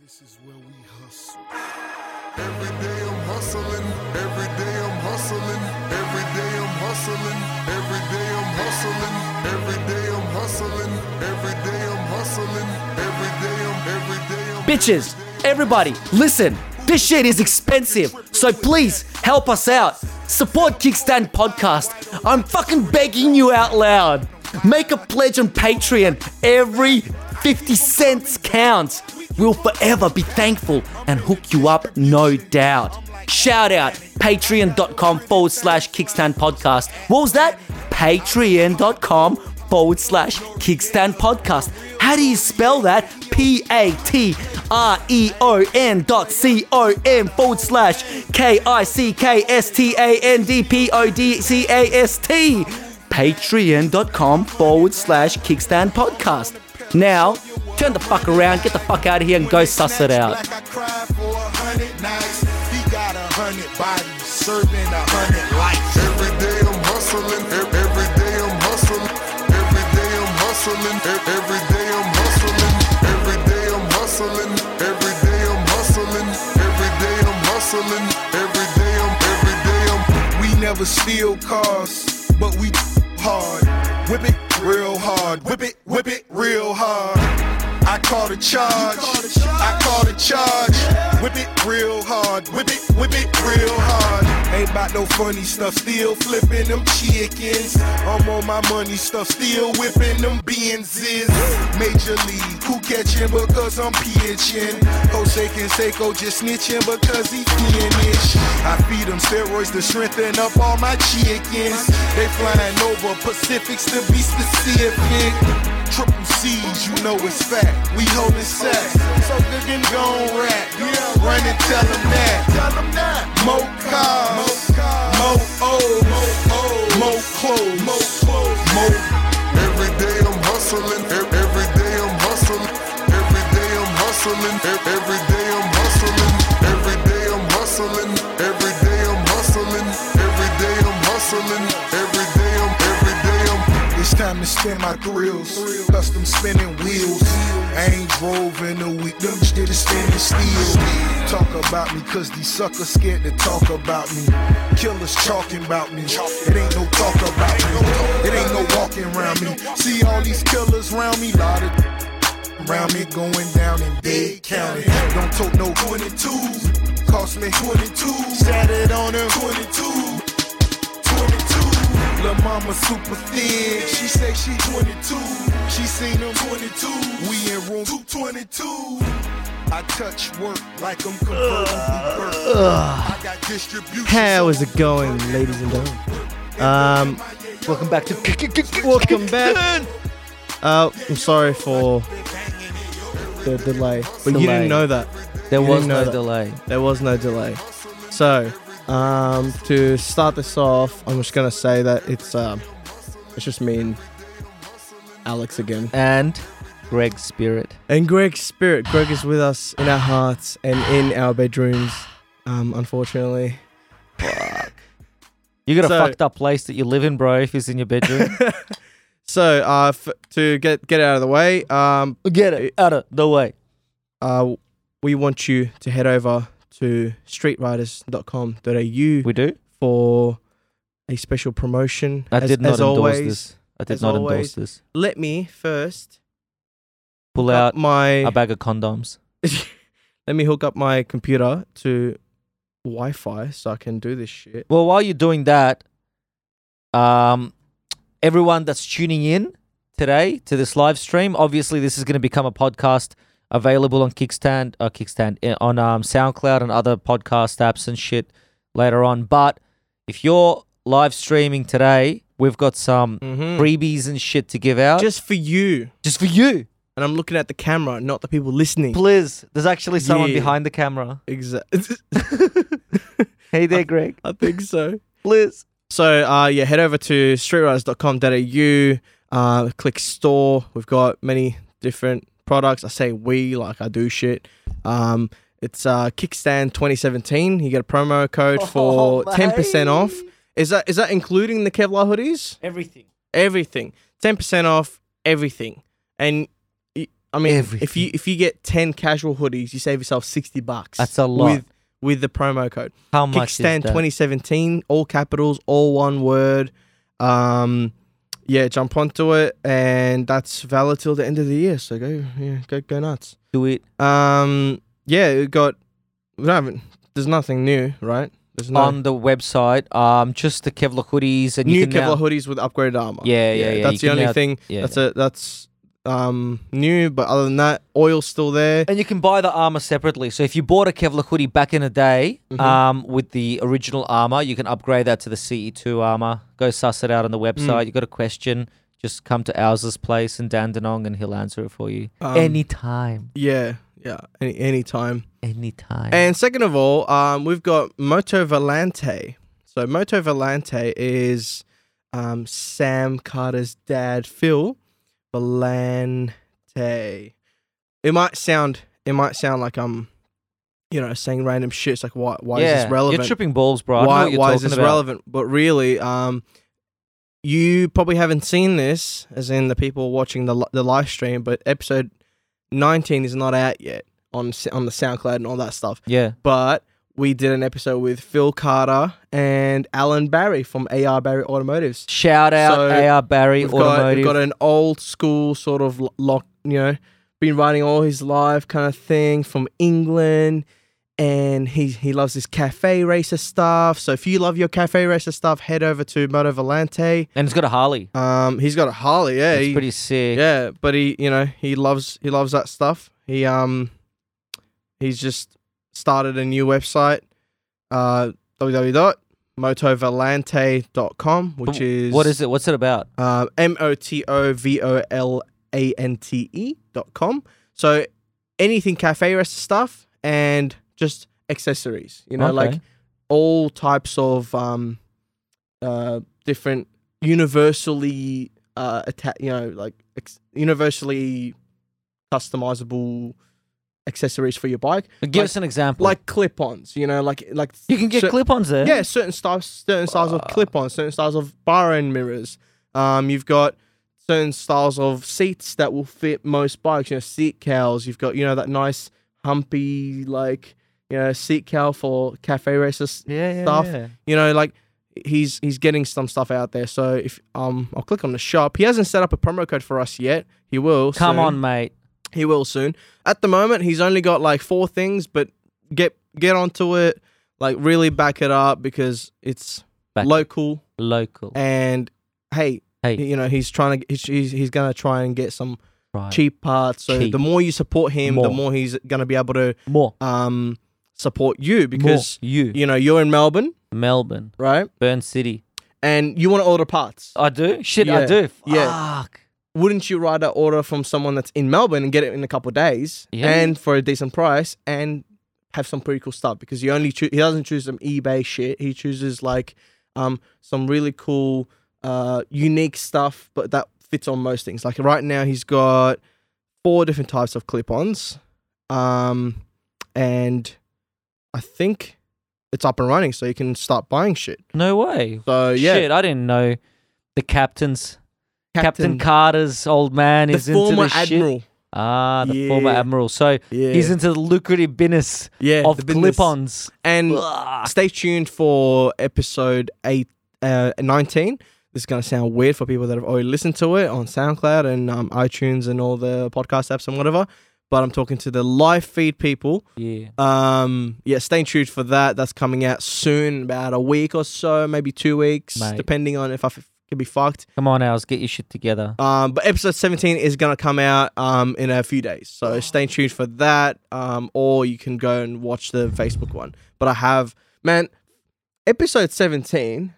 This is where we hustle. Every day I'm hustling, every day I'm hustling, every day I'm hustling, every day I'm hustling, every day I'm hustling, every day I'm hustling, every day I'm, every day I'm. Bitches, everybody, listen. This shit is expensive, so please help us out. Support Kickstand Podcast. I'm fucking begging you out loud. Make a pledge on Patreon. Every 50 cents counts. We'll forever be thankful and hook you up, no doubt. Shout out patreon.com forward slash kickstand podcast. What was that? Patreon.com forward slash kickstand podcast. How do you spell that? P A T R E O N dot C O M forward slash K I C K S T A N D P O D C A S T. Patreon.com forward slash kickstand podcast. Now, turn the fuck around, get the fuck out of here, and go suss it out. Like I cried for a hundred nights. He got a hundred bodies, serving a hundred lives. Every day I'm hustling, ev- every day I'm hustling, every day I'm hustling, ev- every day I'm hustling, every day I'm hustling, every day I'm hustling, every day I'm hustling, every day I'm, every day I'm. We never steal cars, but we hard. Whip it real hard, whip it, whip it real hard. I call the charge. I call the charge. Whip it real hard. Whip it, whip it real hard. Ain't about no funny stuff. Still flipping them chickens. I'm on my money stuff. Still whipping them Benzes. Major league. Who catching because I'm pitching? Jose Canseco just snitching because he fiendish. I feed them steroids to strengthen up all my chickens. They flying over Pacifics to be specific. Triple C's, you know it's fact. We holding sacks. So good and gone rap. Run and tell them that. Mo cars, mo O's, mo clothes, mo. Every day I'm hustling, ev- every day I'm hustling, every day I'm hustling, ev- every day I'm hustling, every day I'm hustling, every day I'm hustling, every day I'm hustling, every day I'm, every day I'm. It's time to spin my thrills, custom spinning wheels. I ain't drove in a week, them shit is standing still. Talk about me, cause these suckers scared to talk about me. Killers talking about me, it ain't no talk about me. It ain't no walking around me. See all these killers round me, lot of round me going down in Dade County. Don't tote no 22s, cost me 22. Sat it on her 22. 22. Lil' mama super thin. She say she 22. She seen them 22. We in room 222. I touch work like I'm converting to birth. I got distribution. How is it going, ladies and gentlemen? Um, Welcome back to welcome back. Uh, I'm sorry for the delay, but you Delay. didn't know that There You was didn't know no that. delay. there was no delay. So, um, to start this off, I'm just gonna say that it's um, it's just me and Alex again, And Greg Spirit. and Greg's spirit. Greg is with us in our hearts and in our bedrooms. Um, unfortunately, You got a So- fucked up place that you live in, bro, if it's in your bedroom. so uh, f- to get get out of the way, um, Get it out of the way. uh, we want you to head over to streetriders.com.au We do? for a special promotion. I As- did not as endorse always, this. I did as not always, endorse this. Let me first Pull hook out up my. a bag of condoms. let me hook up my computer to Wi-Fi so I can do this shit. Well, while you're doing that, um, everyone that's tuning in today to this live stream, obviously this is going to become a podcast available on Kickstand, uh, Kickstand eh, on um, SoundCloud and other podcast apps and shit later on. But if you're live streaming today, we've got some freebies and shit to give out Just for you. Mm-hmm. just for you. And I'm looking at the camera, not the people listening. Please, there's actually someone Yeah. behind the camera. Uh, Exactly. Hey there, Greg. I think so. Please. So uh, yeah, head over to streetriders.com.au, uh, click store. We've got many different products. I say we like I do shit. Um, it's uh, Kickstand 2017. You get a promo code for Oh, 10% off. mate. Is that is that including the Kevlar hoodies? Everything. Everything. 10% off everything. And y- I mean, if Everything. you if you get ten casual hoodies, you save yourself sixty bucks. That's a lot. With with the promo code How much is Kickstand that? twenty seventeen, all capitals, all one word. Um, yeah, jump onto it, and that's valid till the end of the year. So go, yeah, go, go nuts. Do it. Um, yeah, we got. We don't have, there's nothing new, right? There's no on the website. Um, just the Kevlar hoodies and new you can Kevlar now, hoodies with upgraded armor. Yeah, yeah, yeah, you That's the can only now- thing. yeah. That's a that's um new, but other than that, oil's still there. and you can buy the armor separately. So if you bought a Kevlar hoodie back in the day, Mm-hmm. um, with the original armor, you can upgrade that to the CE2 armor. Go suss it out on the Mm. website. You got a question? Just come to Ows's place in Dandenong, and he'll answer it for you Um, anytime. Yeah, yeah, any any time. Anytime. And second of all, um, we've got Moto Valente. So Moto Valente is um, Sam Carter's dad, Phil Valente. It might sound it might sound like I'm, you know, saying random shit. It's like why why yeah, is this relevant? You're tripping balls, bro. I know why what you're why is talking this about. relevant? But really, um, you probably haven't seen this, as in the people watching the li- the live stream. But episode nineteen is not out yet on S- on the SoundCloud and all that stuff. Yeah. But we did an episode with Phil Carter and Alan Barry from AR Barry Automotives. Shout out So, AR Barry We've got, Automotive. we've got an old school sort of lo- lock, you know, been riding all his life kind of thing from England. And he, he loves his cafe racer stuff. So if you love your cafe racer stuff, head over to Moto Volante. and it's got a Harley. Um, he's got a Harley, yeah. It's he- pretty sick. yeah, but he, you know, he loves he loves that stuff. He um, he's just started a new website, uh, www.motovalente.com, which But is what is it? What's it about? um, M O T O V O L A N T E dot com. So anything cafe rest stuff and just accessories, you know, Okay. like all types of um, uh, different universally uh, atta- you know, like ex- universally customizable accessories for your bike, Give like- us an example. like clip-ons, you know, like like you can get cer- clip-ons there. yeah, certain styles, certain styles of clip-ons, certain styles of bar end mirrors. Um, you've got certain styles of seats that will fit most bikes. You know, seat cowls. You've got you know that nice humpy like you know seat cowl for cafe racers. Yeah, yeah, stuff. yeah. You know, like he's he's getting some stuff out there. So if um, I'll click on the shop. He hasn't set up a promo code for us yet. He will. Come soon. on, mate. He will soon. At the moment, he's only got like four things, but get get onto it. Like really back it up because it's Back- local Local. and hey, Hey. you know he's trying to he's he's, he's gonna try and get some Right. cheap parts. So Cheap. the more you support him, More. the more he's gonna be able to More. um support you because More. you. you know you're in Melbourne, Melbourne. right? Burn City. And you want to order parts. I do? Shit, Yeah, I do. yeah. Fuck. wouldn't you rather order from someone that's in Melbourne and get it in a couple of days Yeah. and for a decent price and have some pretty cool stuff because he only choo- he doesn't choose some eBay shit. He chooses like um some really cool uh unique stuff but that fits on most things. Like right now he's got four different types of clip-ons. Um and I think it's up and running so you can start buying shit. No way. So yeah, Shit, I didn't know the captain's. Captain, Carter's old man the is into former this shit. admiral. Ah, the former Yeah. admiral. So Yeah. he's into the lucrative business yeah, the of business. clip-ons. And Ugh. stay tuned for episode eight, uh, 19. This is going to sound weird for people that have already listened to it on SoundCloud and um, iTunes and all the podcast apps and whatever. But I'm talking to the live feed people. Yeah. Um, yeah, stay tuned for that. That's coming out soon, about a week or so, maybe two weeks, Mate. depending on if I f- can be fucked. Come on, Owls, get your shit together. Um, but episode 17 is going to come out um, in a few days. So stay tuned for that. Um, or you can go and watch the Facebook one. But I have, man, episode 17,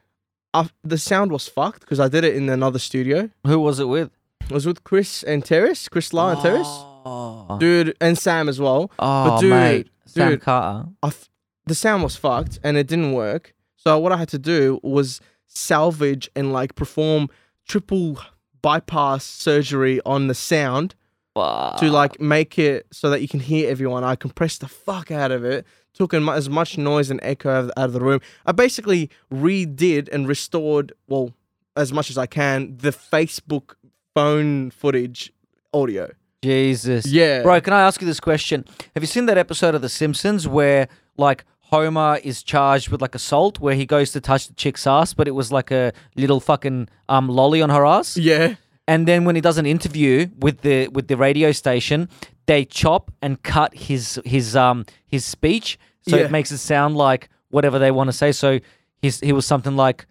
I, the sound was fucked because I did it in another studio. Who was it with? It was with Chris and Terrace, Chris La and Terrace. Oh, Dude, and Sam as well. Oh, dude, mate. Sam dude. Carter. I f- the sound was fucked and it didn't work. So what I had to do was salvage and like perform triple bypass surgery on the sound Fuck. to like make it so that you can hear everyone. I compressed the fuck out of it, took in mu- as much noise and echo out of the- out of the room. I basically redid and restored, well, as much as I can, the Facebook phone footage audio. Jesus. Yeah. Bro, can I ask you this question? Have you seen that episode of The Simpsons where like Homer is charged with like assault where he goes to touch the chick's ass, but it was like a little fucking um lolly on her ass? Yeah. And then when he does an interview with the with the radio station, they chop and cut his his um his speech so Yeah. it makes it sound like whatever they want to say. So his he was something like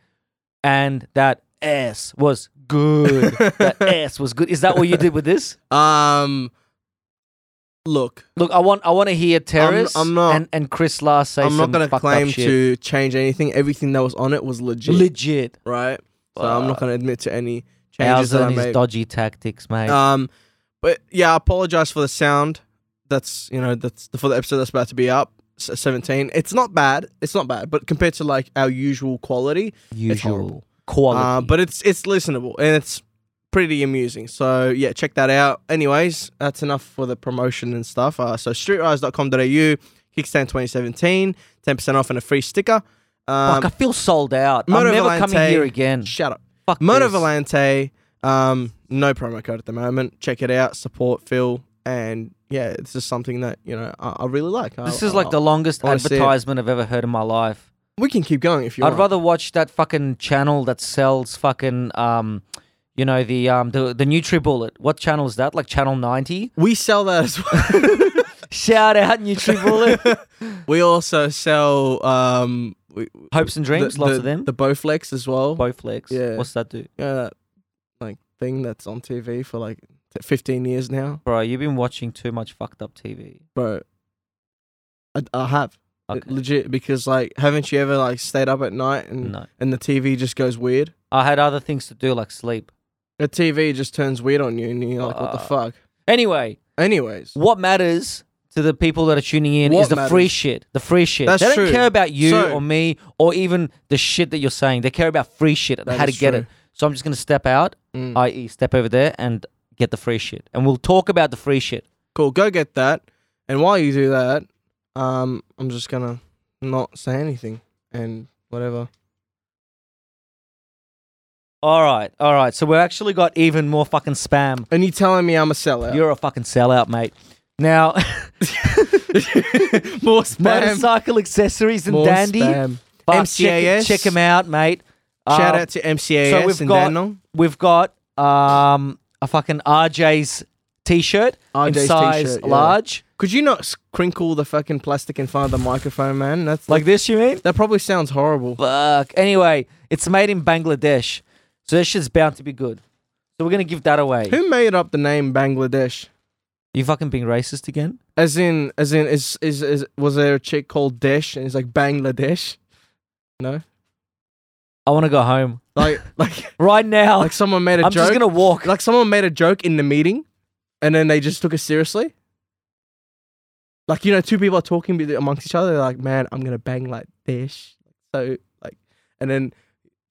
and that ass was good. that ass was good. Is that what you did with this? Um. Look, Look, I want I want to hear Terrace I'm not- and, and Chris last say I'm not some gonna fucked up claim shit. to change anything. Everything that was on it was legit, legit right? So I'm not gonna admit to any changes Bowser that I and his made. dodgy tactics, mate. Um, but yeah, I apologize for the sound. That's you know that's for the episode that's about to be up. s- 17. It's not bad. It's not bad, but compared to like our usual quality, it's horrible. Usual quality. Uh, but it's it's listenable and it's pretty amusing. So yeah, check that out. Anyways, that's enough for the promotion and stuff. Uh, so streetrise.com.au, Kickstand 2017, 10% off and a free sticker. Um, Fuck, I feel sold out. I'm Moto never coming Valente- here again. Shut up. Fuck Moto this. Valente, um, no promo code at the moment. Check it out. Support Phil. And yeah, it's just something that, you know, I, I really like. I- This is I- like the longest I wanna see it. advertisement I've ever heard in my life. We can keep going if you I'd want. rather watch that fucking channel that sells fucking um, you know the um the the NutriBullet. What channel is that? Like channel ninety. We sell that as well. Shout out NutriBullet. we also sell um, we, Hopes and dreams, the, lots the, of them. The Bowflex as well. Bowflex. Yeah. What's that do? yeah, that like thing that's on TV for like 15 years now, Bro, you've been watching too much fucked up TV. bro. I, I have Le- Okay. legit because like, haven't you ever like stayed up at night and No. and the TV just goes weird? I had other things to do like sleep. The TV just turns weird on you, and you're like, what the Uh, fuck? Anyway, Anyways, what matters to the people that are tuning in What is the matters? free shit. The free shit. That's they don't true. care about you So- or me or even the shit that you're saying. They care about free shit and That how to is get true. it. So I'm just gonna step out, Mm. i.e., step over there and get the free shit. And we'll talk about the free shit. cool, go get that. And while you do that, um, I'm just gonna not say anything and whatever. All right, all right. So we've actually got even more fucking spam. And you telling me I'm a sellout? You're a fucking sellout, mate. Now, more spam. motorcycle accessories and More dandy. spam. Fuck, check it- MCAS. Check them out, mate. Shout Um, out to MCAS so we've and got- Danong. We've got um, a fucking RJ's t-shirt in RJ's size t-shirt, yeah. large, Could you not crinkle the fucking plastic in front of the microphone, man? That's like this. You mean? that probably sounds horrible. Fuck. Anyway, it's made in Bangladesh, so this shit's bound to be good. So we're gonna give that away. Who made up the name Bangladesh? You fucking being racist again? As in, as in, is is, is was there a chick called Desh and it's like Bangladesh? No, I want to go home like like right now. like someone made a I'm joke. just gonna walk. Like someone made a joke in the meeting, and then they just took it seriously. Like you know, two people are talking be- amongst each other. They're like, "Man, I'm gonna bang like Desh." So like, and then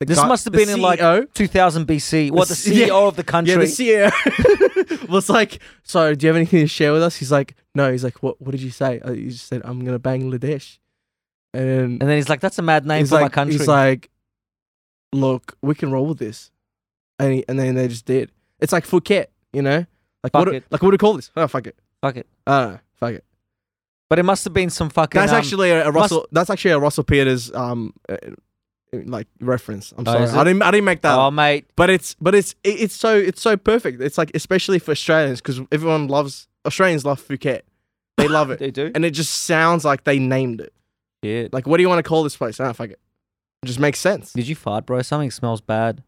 the This guy- must have the been in like CEO 2000 BC. What the s- yeah. CEO of the country? Yeah, the E CEO was like, "So, do you have anything to share with us?" He's like, "No." He's like, "What? What did you say?" Uh, You just said, "I'm gonna Bangladesh," and, and then he's like, "That's a mad name he's for like, my country." he's like, "Look, we can roll with this," and he, and then they just did. It's like Phuket, you know, like Fuck what? do- it. Like what do you call this? Oh, fuck it. fuck it. I don't know. Fuck it. But it must have been some fucking. That's um, actually a, a must- Russell. that's actually a Russell Peters um. Uh, like reference, I'm Oh, sorry. is I it? didn't. I didn't make that. up. Oh mate, But it's but it's it- it's so it's so perfect. It's like especially for Australians because everyone loves Australians love Phuket. They love it, they do. and it just sounds like they named it. Yeah. Like, what do you want to call this place? Ah, fuck it. It just makes sense. Did you fart, bro? Something smells bad.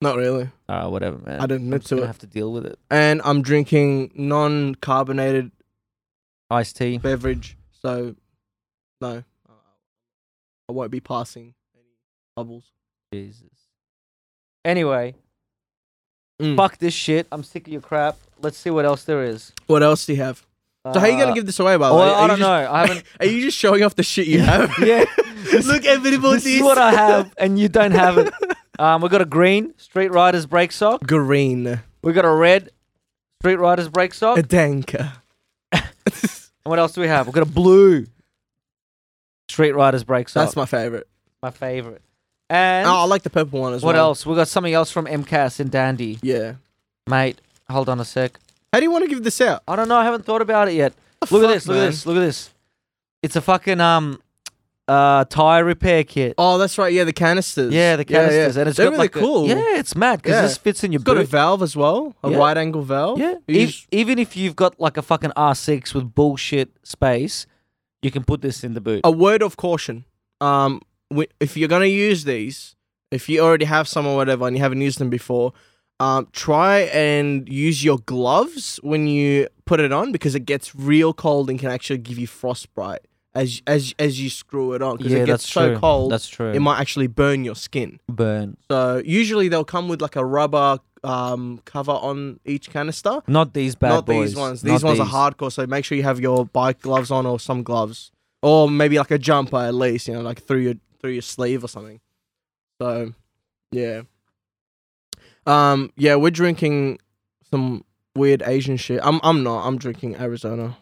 Not really. All right, whatever, man. I'd admit I'm just to gonna it. have to deal with it. And I'm drinking non-carbonated Iced tea. beverage, so no, I won't be passing any bubbles. Jesus. Anyway, Mm. fuck this shit. I'm sick of your crap. Let's see what else there is. What else do you have? So how you Uh, gonna give this away? By the Well, way, I Are don't you know. I just- haven't. Are you just showing off the shit you have? yeah. Look, everybody, This is what I have, and you don't have it. Um, we got a green Street Riders brake sock. Green. We got a red Street Riders brake sock. A And danker. what else do we have? We got a blue Street Riders brake sock. That's my favorite. my favorite. And Oh, I like the purple one as what well. else? We got something else from MCAS and Dandy. Yeah. Mate, hold on a sec. How do you want to give this out? I don't know. I haven't thought about it yet. Look at fuck, this. Look man? at this. Look at this. It's a fucking um, uh, tire repair kit. Oh, that's right. Yeah, the canisters. yeah, the Yeah, yeah. canisters, and it's They're got really like a- cool. yeah, it's mad because Yeah. this fits in your It's got a boot. valve as well, a Yeah. wide angle valve. yeah, You E- just- even if you've got like a fucking R6 with bullshit space, you can put this in the boot. a word of caution. Um, wi- if you're gonna use these, if you already have some or whatever, and you haven't used them before, um, try and use your gloves when you put it on because it gets real cold and can actually give you frostbite as as as you screw it on because yeah, it gets that's so true. cold That's true. it might actually burn your skin. burn. So usually they'll come with like a rubber um cover on each canister. Not these bad Not boys. these ones. Not These ones are hardcore. So make sure you have your bike gloves on or some gloves, or maybe like a jumper at least. You know, like through your through your sleeve or something. So, yeah. Um. Yeah, we're drinking some weird Asian shit. I'm. I'm not. I'm drinking Arizona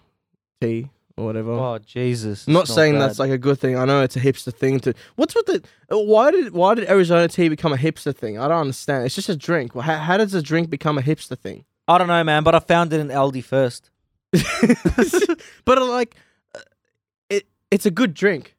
tea or whatever. Oh Jesus! I'm not saying that's like a good thing. I know it's a hipster thing to. What's with the? uh, Why did why did Arizona tea become a hipster thing? I don't understand. It's just a drink. Well, How, how does a drink become a hipster thing? I don't know, man, but I found it in Aldi first. but uh, like, uh, it it's a good drink.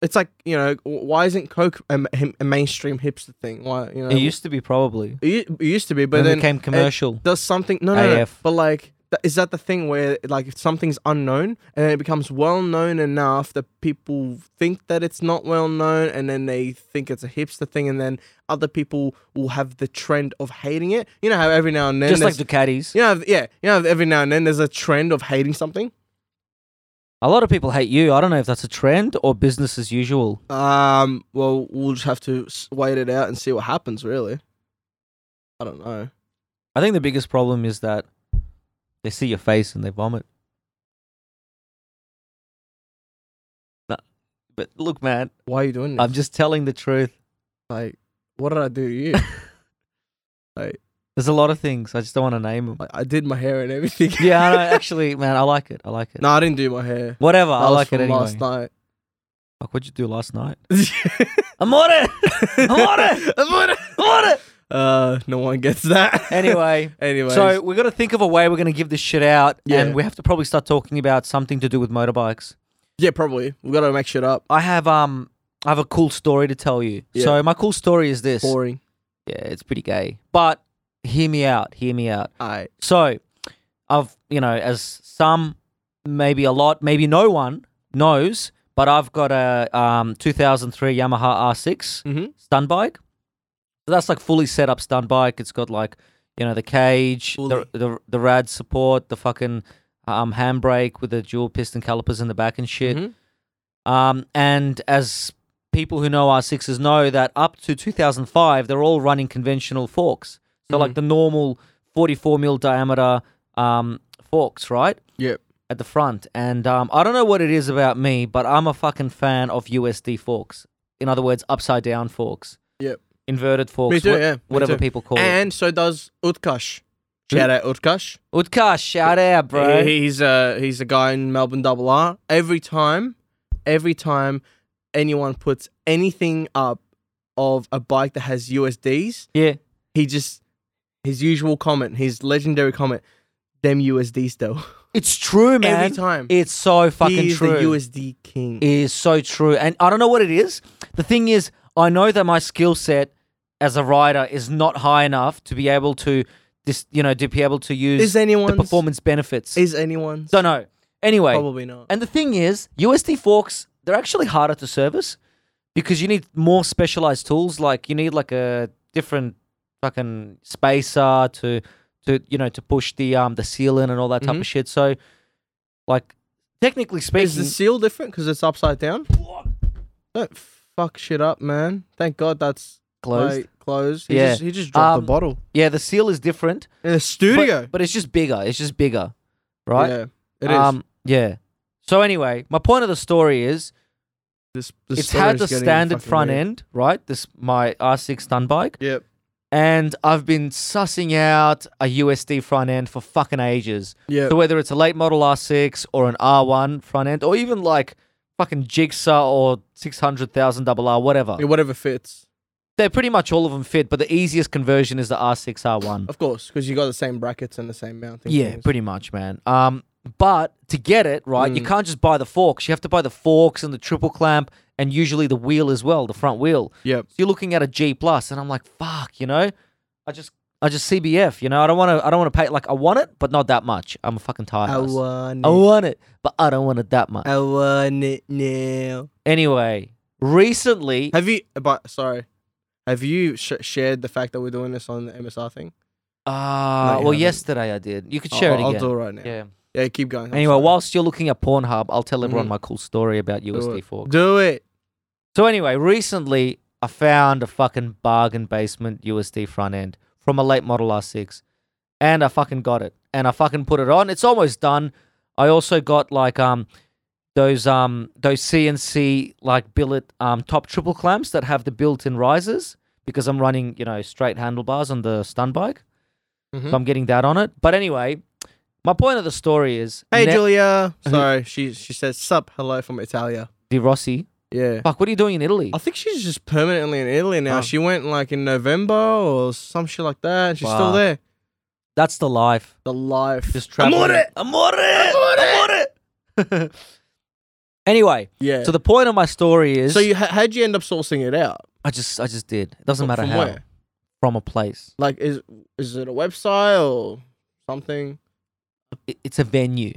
It's like you know w- why isn't Coke a, ma- him- a mainstream hipster thing? Why you know It used to be probably, it u- it used to be, Um, but but then, then, it became commercial. does something no no, no AF. but like th- is that the thing where like if something's unknown and then it becomes well known enough that people think that it's not well known and then they think it's a hipster thing and then other people will have the trend of hating it. You know how every now and then Just like there's- Ducatis, you know yeah you know every now and then there's a trend of hating something. a lot of people hate you. I don't know if that's a trend or business as usual. Um. Well, we'll just have to s- wait it out and see what happens. Really, I don't know. I think the biggest problem is that they see your face and they vomit. No, but look, man, Why are you doing this? I'm just telling the truth. like, what did I do to you? There's a lot of things I just don't want to name them. like, I did my hair and everything. yeah, I know, actually, man, I like it. I like it. no, I didn't do my hair. Whatever, That I was like it from anyway. Last night. Like, what'd you do last night? Amore, amore, I'm on it. amore. Uh, no one gets that. Anyway. anyway. So we've got to think of a way we're going to give this shit out, Yeah. and we have to probably start talking about something to do with motorbikes. yeah, probably we gotta make shit up. I have um, I have a cool story to tell you. Yeah. So my cool story is this. Boring. Yeah, it's pretty gay, but hear me out. Hear me out. I So, I've you know, as some, maybe a lot, maybe no one knows, but I've got a um 2003 Yamaha R6 Mhm. stun bike. So that's like fully set up stun bike. It's got like you know the cage, the, Fully. the the rad support, the fucking um handbrake with the dual piston calipers in the back and shit. Mhm. Um, and as people who know R6s know that up to 2005, they're all running conventional forks. So like the normal 44 mil diameter um, forks, right? Yep. At the front. And um, I don't know what it is about me, but I'm a fucking fan of USD forks. In other words, upside down forks. Yep. Inverted forks. Me too. what- yeah. me whatever too. people call it. And so does Utkash. Shout Hmm? out Utkash. Utkash, shout out, bro. He- He's a he's a guy in Melbourne Double R. Every time, every time anyone puts anything up of a bike that has USDs, yeah. he just his usual comment, his legendary comment, "Them USDs though." It's true, man. Every time, It's so fucking he's true. the USD king. is so true. And I don't know what it is. The thing is, I know that my skill set as a rider is not high enough to be able to this you know, to be able to use is anyone the performance benefits. Is anyone? don't know. Anyway. Probably not. And the thing is, USD forks, they're actually harder to service because you need more specialized tools. Like you need like a different fucking spacer to to you know to push the um the sealant and all that type Mhm. of shit. So like technically speaking Is the seal different because it's upside down? Don't fuck shit up, man. Thank God that's closed. like, closed. He Yeah. just, he just dropped Um, the bottle Yeah, the seal is different. in the but- studio. But, it's just bigger. It's just bigger, right? Yeah, it is. Um, yeah. So anyway, my point of the story is this, this it's story had is the getting standard fucking front weird. end, right? This my R6 stun bike, Yep. and I've been sussing out a USD front end for fucking ages. Yep. So whether it's a late model R6 or an R1 front end, or even like fucking Jigsaw or six hundred thousand double R, whatever. Yeah, whatever fits. They're pretty much all of them fit, but the easiest conversion is the R6R1. Of course, because you got the same brackets and the same mounting. Yeah, things. pretty much, man. Um, but to get it right, Mm. you can't just buy the forks. You have to buy the forks and the triple clamp, and usually the wheel as well, the front wheel. Yep. So you're looking at a G plus, and I'm like, fuck, you know, I just, I just CBF, you know, I don't want to, I don't want to pay. Like, I want it, but not that much. I'm a fucking tired. I ass. want it. Uh, I want it, but I don't want it that much. I want it now. Anyway, recently, Have you? But sorry, have you sh- shared the fact that we're doing this on the MSR thing? uh, well, haven't. yesterday I did. You could share I'll, it I'll again. do it right now. Yeah, yeah. keep going. I'm Anyway, sorry. whilst you're looking at Pornhub, I'll tell everyone Mhm. my cool story about do USD it. forks. Do it. So anyway, recently I found a fucking bargain basement USD front end from a late model R6, and I fucking got it, and I fucking put it on. It's almost done. I also got like um those um those CNC like billet um top triple clamps that have the built-in risers because I'm running you know straight handlebars on the stun bike, Mhm. so I'm getting that on it. But anyway, my point of the story is Hey, Ne- Julia. Sorry, she she says sup hello from Italia. Di Rossi. Yeah. Fuck, what are you doing in Italy? I think she's just permanently in Italy now. Oh. She went like in November or some shit like that. and She's still Wow. there. That's the life. The life. Just traveling. Amore. Amore. anyway, Yeah. so the point of my story is, So you ha- how'd you end up sourcing it out? I just, I just did. It doesn't From- matter from how. where? From a place. Like is is it a website or something? I- It's a venue.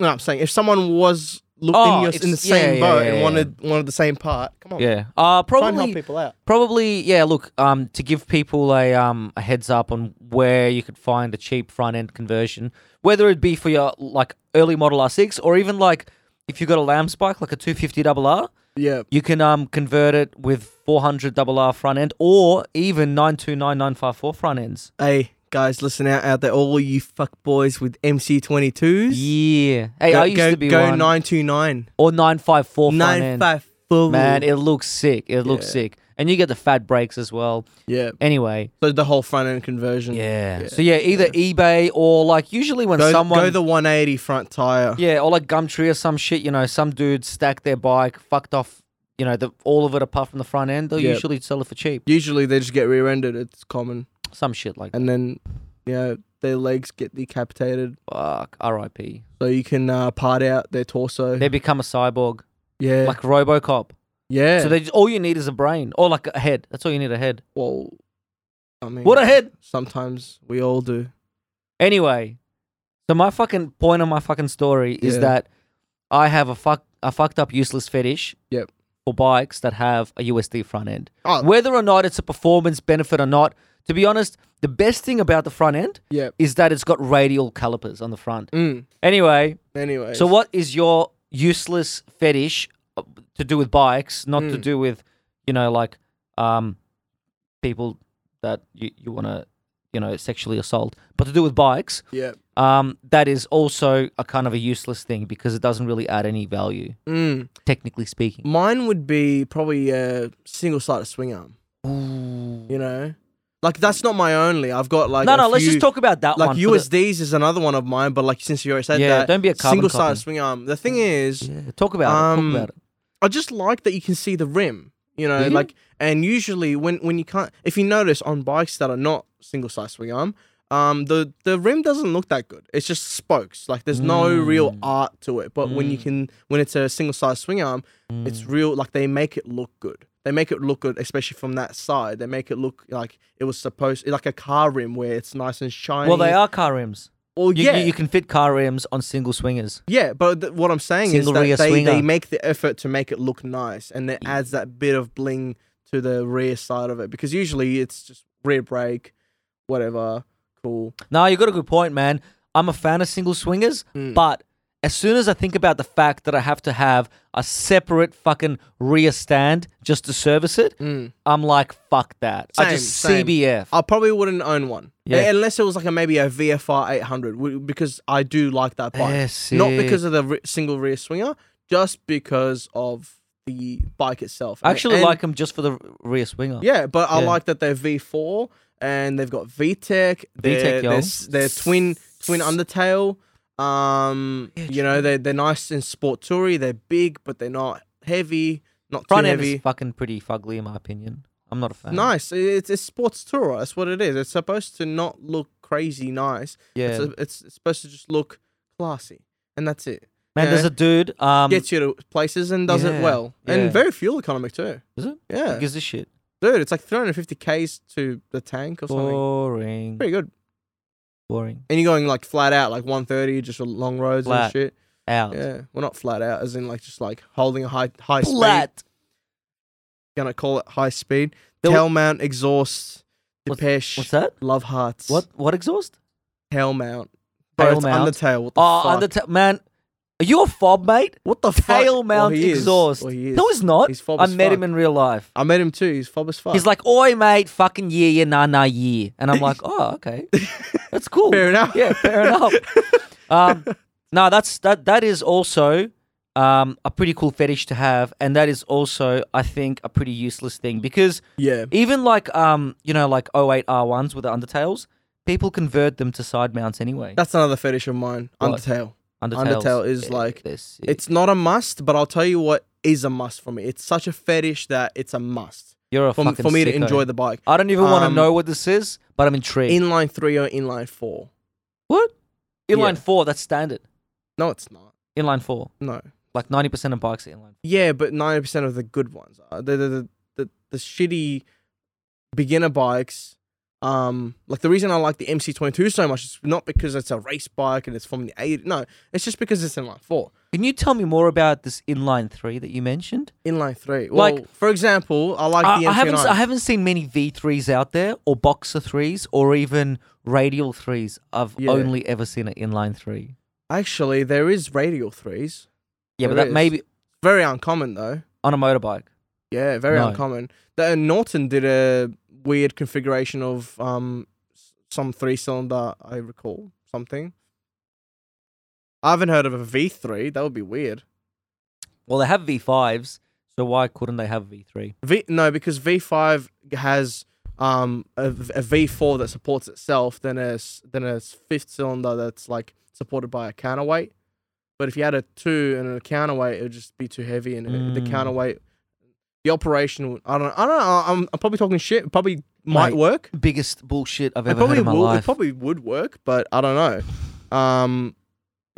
No, I'm saying if someone was look Oh, in, your, it's- in the yeah, same yeah, boat yeah, and yeah. wanted wanted the same part, come on, Yeah. Uh, try and help probably, Oh. people out. probably, yeah. Look, um, to give people a um a heads up on where you could find a cheap front end conversion, whether it be for your like early model R6 or even like if you got a lamb's bike like a 250 double R, Yeah, you can um convert it with 400 double R front end or even 929954 front ends. hey guys, listen out out there, all you fuck boys with MC22s. Yeah. Hey, go, I used go, to be go one. 929, or 954 front end. 954. Man, it looks sick. It looks Yeah. sick. And you get the fat brakes as well. yeah. Anyway. So the whole front end conversion. Yeah. So yeah, either eBay or like usually when Go, someone go the 180 front tire. Yeah, or like Gumtree or some shit, you know, some dude stacked their bike, fucked off, you know, the all of it apart from the front end, they'll Yeah. usually sell it for cheap. Usually they just get rear-ended. It's common, Some shit like that. and then you know their legs get decapitated, Fuck. R.I.P. so you can uh, part out their torso. They become a cyborg. yeah, Like Robocop. yeah. So they just, all you need is a brain. Or like a head. That's all you need a head. well, I mean, What a head. Sometimes we all do. Anyway, so my fucking point of my fucking story is Yeah. that I have a fuck a fucked up useless fetish Yep. for bikes that have a USD front end. Oh. Whether or not it's a performance benefit or not, to be honest, the best thing about the front end Yep. is that it's got radial calipers on the front. Mm. Anyway, Anyway, so what is your useless fetish uh, to do with bikes, not to Mm. do with, you know, like um people that you, you want to, you know, sexually assault, but to do with bikes? Yeah. um, that is also a kind of a useless thing because it doesn't really add any value, Mm. technically speaking. Mine would be probably a single-sided swing arm. You know, like that's not my only. I've got like no, a no, let's few- just talk about that like one. for USDs is another one of mine, but like since you already said Yeah, that, don't be a carbon single-sided copy. swing arm. The thing is, The, yeah, talk about Um, it. Talk about it. I just like that you can see the rim, you know, Yeah. like and usually when when you can't if you notice on bikes that are not single side swing arm, um the the rim doesn't look that good. It's just spokes. Like there's no real Mm. art to it. But when you can when it's a single side swing arm, it's Mm. real like they make it look good. They make it look good, especially from that side. They make it look like it was supposed like a car rim where it's nice and shiny. Well, they are car rims. Or You, yeah, you, you can fit car rims on single swingers. yeah, but th- what I'm saying Single rear is that they, swing they arm. make the effort to make it look nice, and it adds that bit of bling to the rear side of it because usually it's just rear brake, whatever, cool. No, you got a good point, man. I'm a fan of single swingers, Hmm. but as soon as I think about the fact that I have to have a separate fucking rear stand just to service it, I'm like, fuck that. I Hmm. Same, just same. CBF. I probably wouldn't own one Yeah. A- unless it was like a maybe a VFR 800 w- because I do like that bike, Yes, not yeah. because of the re- single rear swinger, just because of the bike itself. I actually And- like them just for the rear swinger. Yeah, but I Yeah. like that they're V4 and they've got VTEC. VTEC, They're, yo. they're, s- they're twin twin undertail. Um, you know they're they're nice and sport toury. They're big, but they're not heavy. Not Front too end heavy. is fucking pretty fugly in my opinion. I'm not a fan. nice. It's, it's sports tour. That's what it is. It's supposed to not look crazy nice. Yeah. It's, it's, it's supposed to just look classy, and that's it. Man, yeah. there's a dude. Um, Gets you to places and does yeah, it well, yeah. and very fuel economic too. is it? Yeah, Who gives a shit? dude, it's like 350 k's to the tank or something. Boring. Pretty good. Boring. And you're going like flat out, like 130, just on long roads Flat. and shit. Out. Yeah, well, not flat out, as in like just like holding a high high speed. Flat. Gonna call it high speed. There w- Tail mount exhaust. What's- Depeche. What's that? Love hearts. What? What exhaust? tail mount? Tail Bro, it's mount? Undertale. What the Oh, fuck? under man. Are you a fob, mate? what the fuck? Tail Well, mount he is. exhaust. Well, he is. No, he's not. He's fob I as met him fuck. Ah. in real life. I met him too. He's fob as fuck. He's like, "Oi, mate, fucking yeah, yeah, nah, nah, yeah," and I'm like, "Oh, okay, that's cool." Fair enough. Yeah, fair enough. Um, no, that's that. That is also um, a pretty cool fetish to have, and that is also, I think, a pretty useless thing because yeah. even like um, you know, like 08 R1s with the undertails, people convert them to side mounts anyway. That's another fetish of mine. What? Undertale. Undertails. Undertale is like- they're sick. It's not a must, but I'll tell you what is a must for me. It's such a fetish that it's a must you're a for, fucking for me to sicko. enjoy the bike. I don't even want to um, know what this is, but I'm intrigued. Inline three or inline four? what? Inline Yeah. four, that's standard. No, it's not. Inline four. No. Like ninety percent of bikes are inline. Yeah, but ninety percent of the good ones are the the, the the the shitty beginner bikes. Um, like the reason I like the MC twenty two so much is not because it's a race bike and it's from the eight. No, it's just because it's in line four, Can you tell me more about this inline three that you mentioned? in line three. Well, Like- like for example, I like the I, I MC haven't s- I nine. haven't seen many V threes out there, or boxer threes, or even radial threes. I've Yeah. only ever seen an inline three. Actually, there is radial threes. Yeah, but There that is. may be Very uncommon though. on a motorbike. Yeah, very No. uncommon. The, uh, Norton did a weird configuration of um s- some three cylinder, I recall something. I haven't heard of a V three. That would be weird. Well, they have V fives, so why couldn't they have V three? V no, because V five has um a, V four that supports itself, then a s- then a s- fifth cylinder that's like supported by a counterweight. But if you had a two and a counterweight, it would just be too heavy, and it- the Mm. counterweight, the operation, would- I don't, I don't know. I'm, I'm probably talking shit. Probably might Mate, work. Biggest bullshit I've It ever heard probably in my will. It life. probably would work, but I don't know. Um,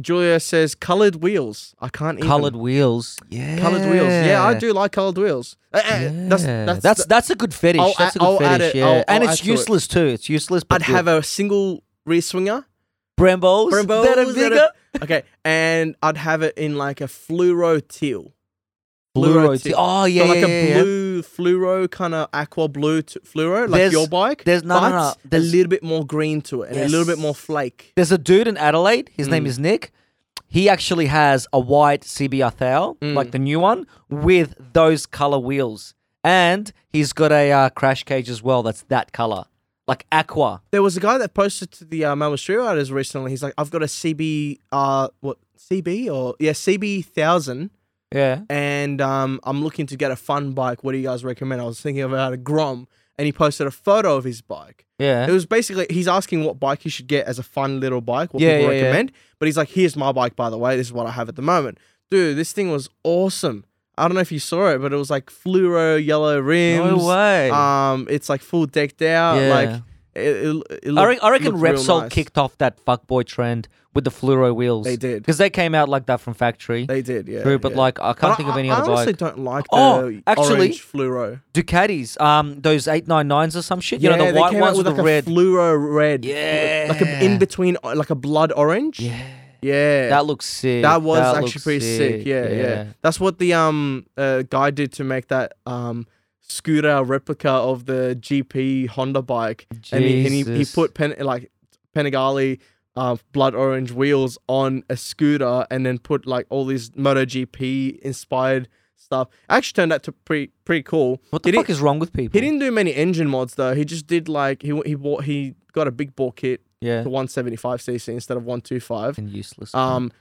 Julia says colored wheels. I can't even. Colored wheels. Yeah. colored wheels. Yeah, I do like colored wheels. Eh, eh, That's Yeah. that's, that's, a good fetish. I'll that's a add- good I'll add fetish. it- yeah, I'll- and I'll it's add to it. useless too. It's useless. But I'd have a single rear swinger. Brembos. Brembo. that are bigger. okay, and I'd have it in like a fluoro teal. Fluoro. teal. Oh yeah, so like yeah, a yeah, yeah. blue fluoro kind of aqua blue t- fluoro, like There's- your bike. there's- no, no, but no, a there's- little bit more green to it and a little bit Yes. more flake. There's a dude in Adelaide. His name Mm. is Nick. He actually has a white CBR Thal, Mm. like the new one, with those color wheels, and he's got a uh, crash cage as well. That's that color, like aqua. There was a guy that posted to the uh, Melbourne Street Riders recently. He's like, I've got a CB, uh, what CB or yeah CB thousand, Yeah. and um, I'm looking to get a fun bike. What do you guys recommend? I was thinking about a Grom, and he posted a photo of his bike. It Yeah. was basically he's asking what bike you should get as a fun little bike, what Yeah, people yeah, yeah. recommend. But he's like, here's my bike, by the way. This is what I have at the moment. Dude, this thing was awesome. I don't know if you saw it, but it was like fluoro yellow rims. No way. Um, it's like full decked out. Yeah. Like it, it, it I, look- re- I reckon looked real Repsol nice. kicked off that fuckboy trend with the fluoro wheels. They did. because they came out like that from factory. They did, yeah. True, but yeah. like I can't But think of I- any I other honestly bike. don't like the Oh, actually- orange fluoro. Ducatis, um, those eight nine nines or some shit. You know Yeah, the they white came out ones with with like the red. a fluoro red. Yeah. like a in between, like a blood orange. yeah, yeah. that looks sick. That was looks actually pretty sick. Yeah, yeah, That's what the um uh, guy did to make that um scooter replica of the GP Honda bike, and he and he, he Jesus. put Pen- like Panigale uh, blood orange wheels on a scooter, and then put like all these MotoGP inspired stuff. Actually, turned out to pretty pretty cool. What the He fuck didn't- is wrong with people? He didn't do many engine mods though. He just did like he he bought he got a big bore kit yeah, to 175 cc instead of 125. fucking useless. Um, Um,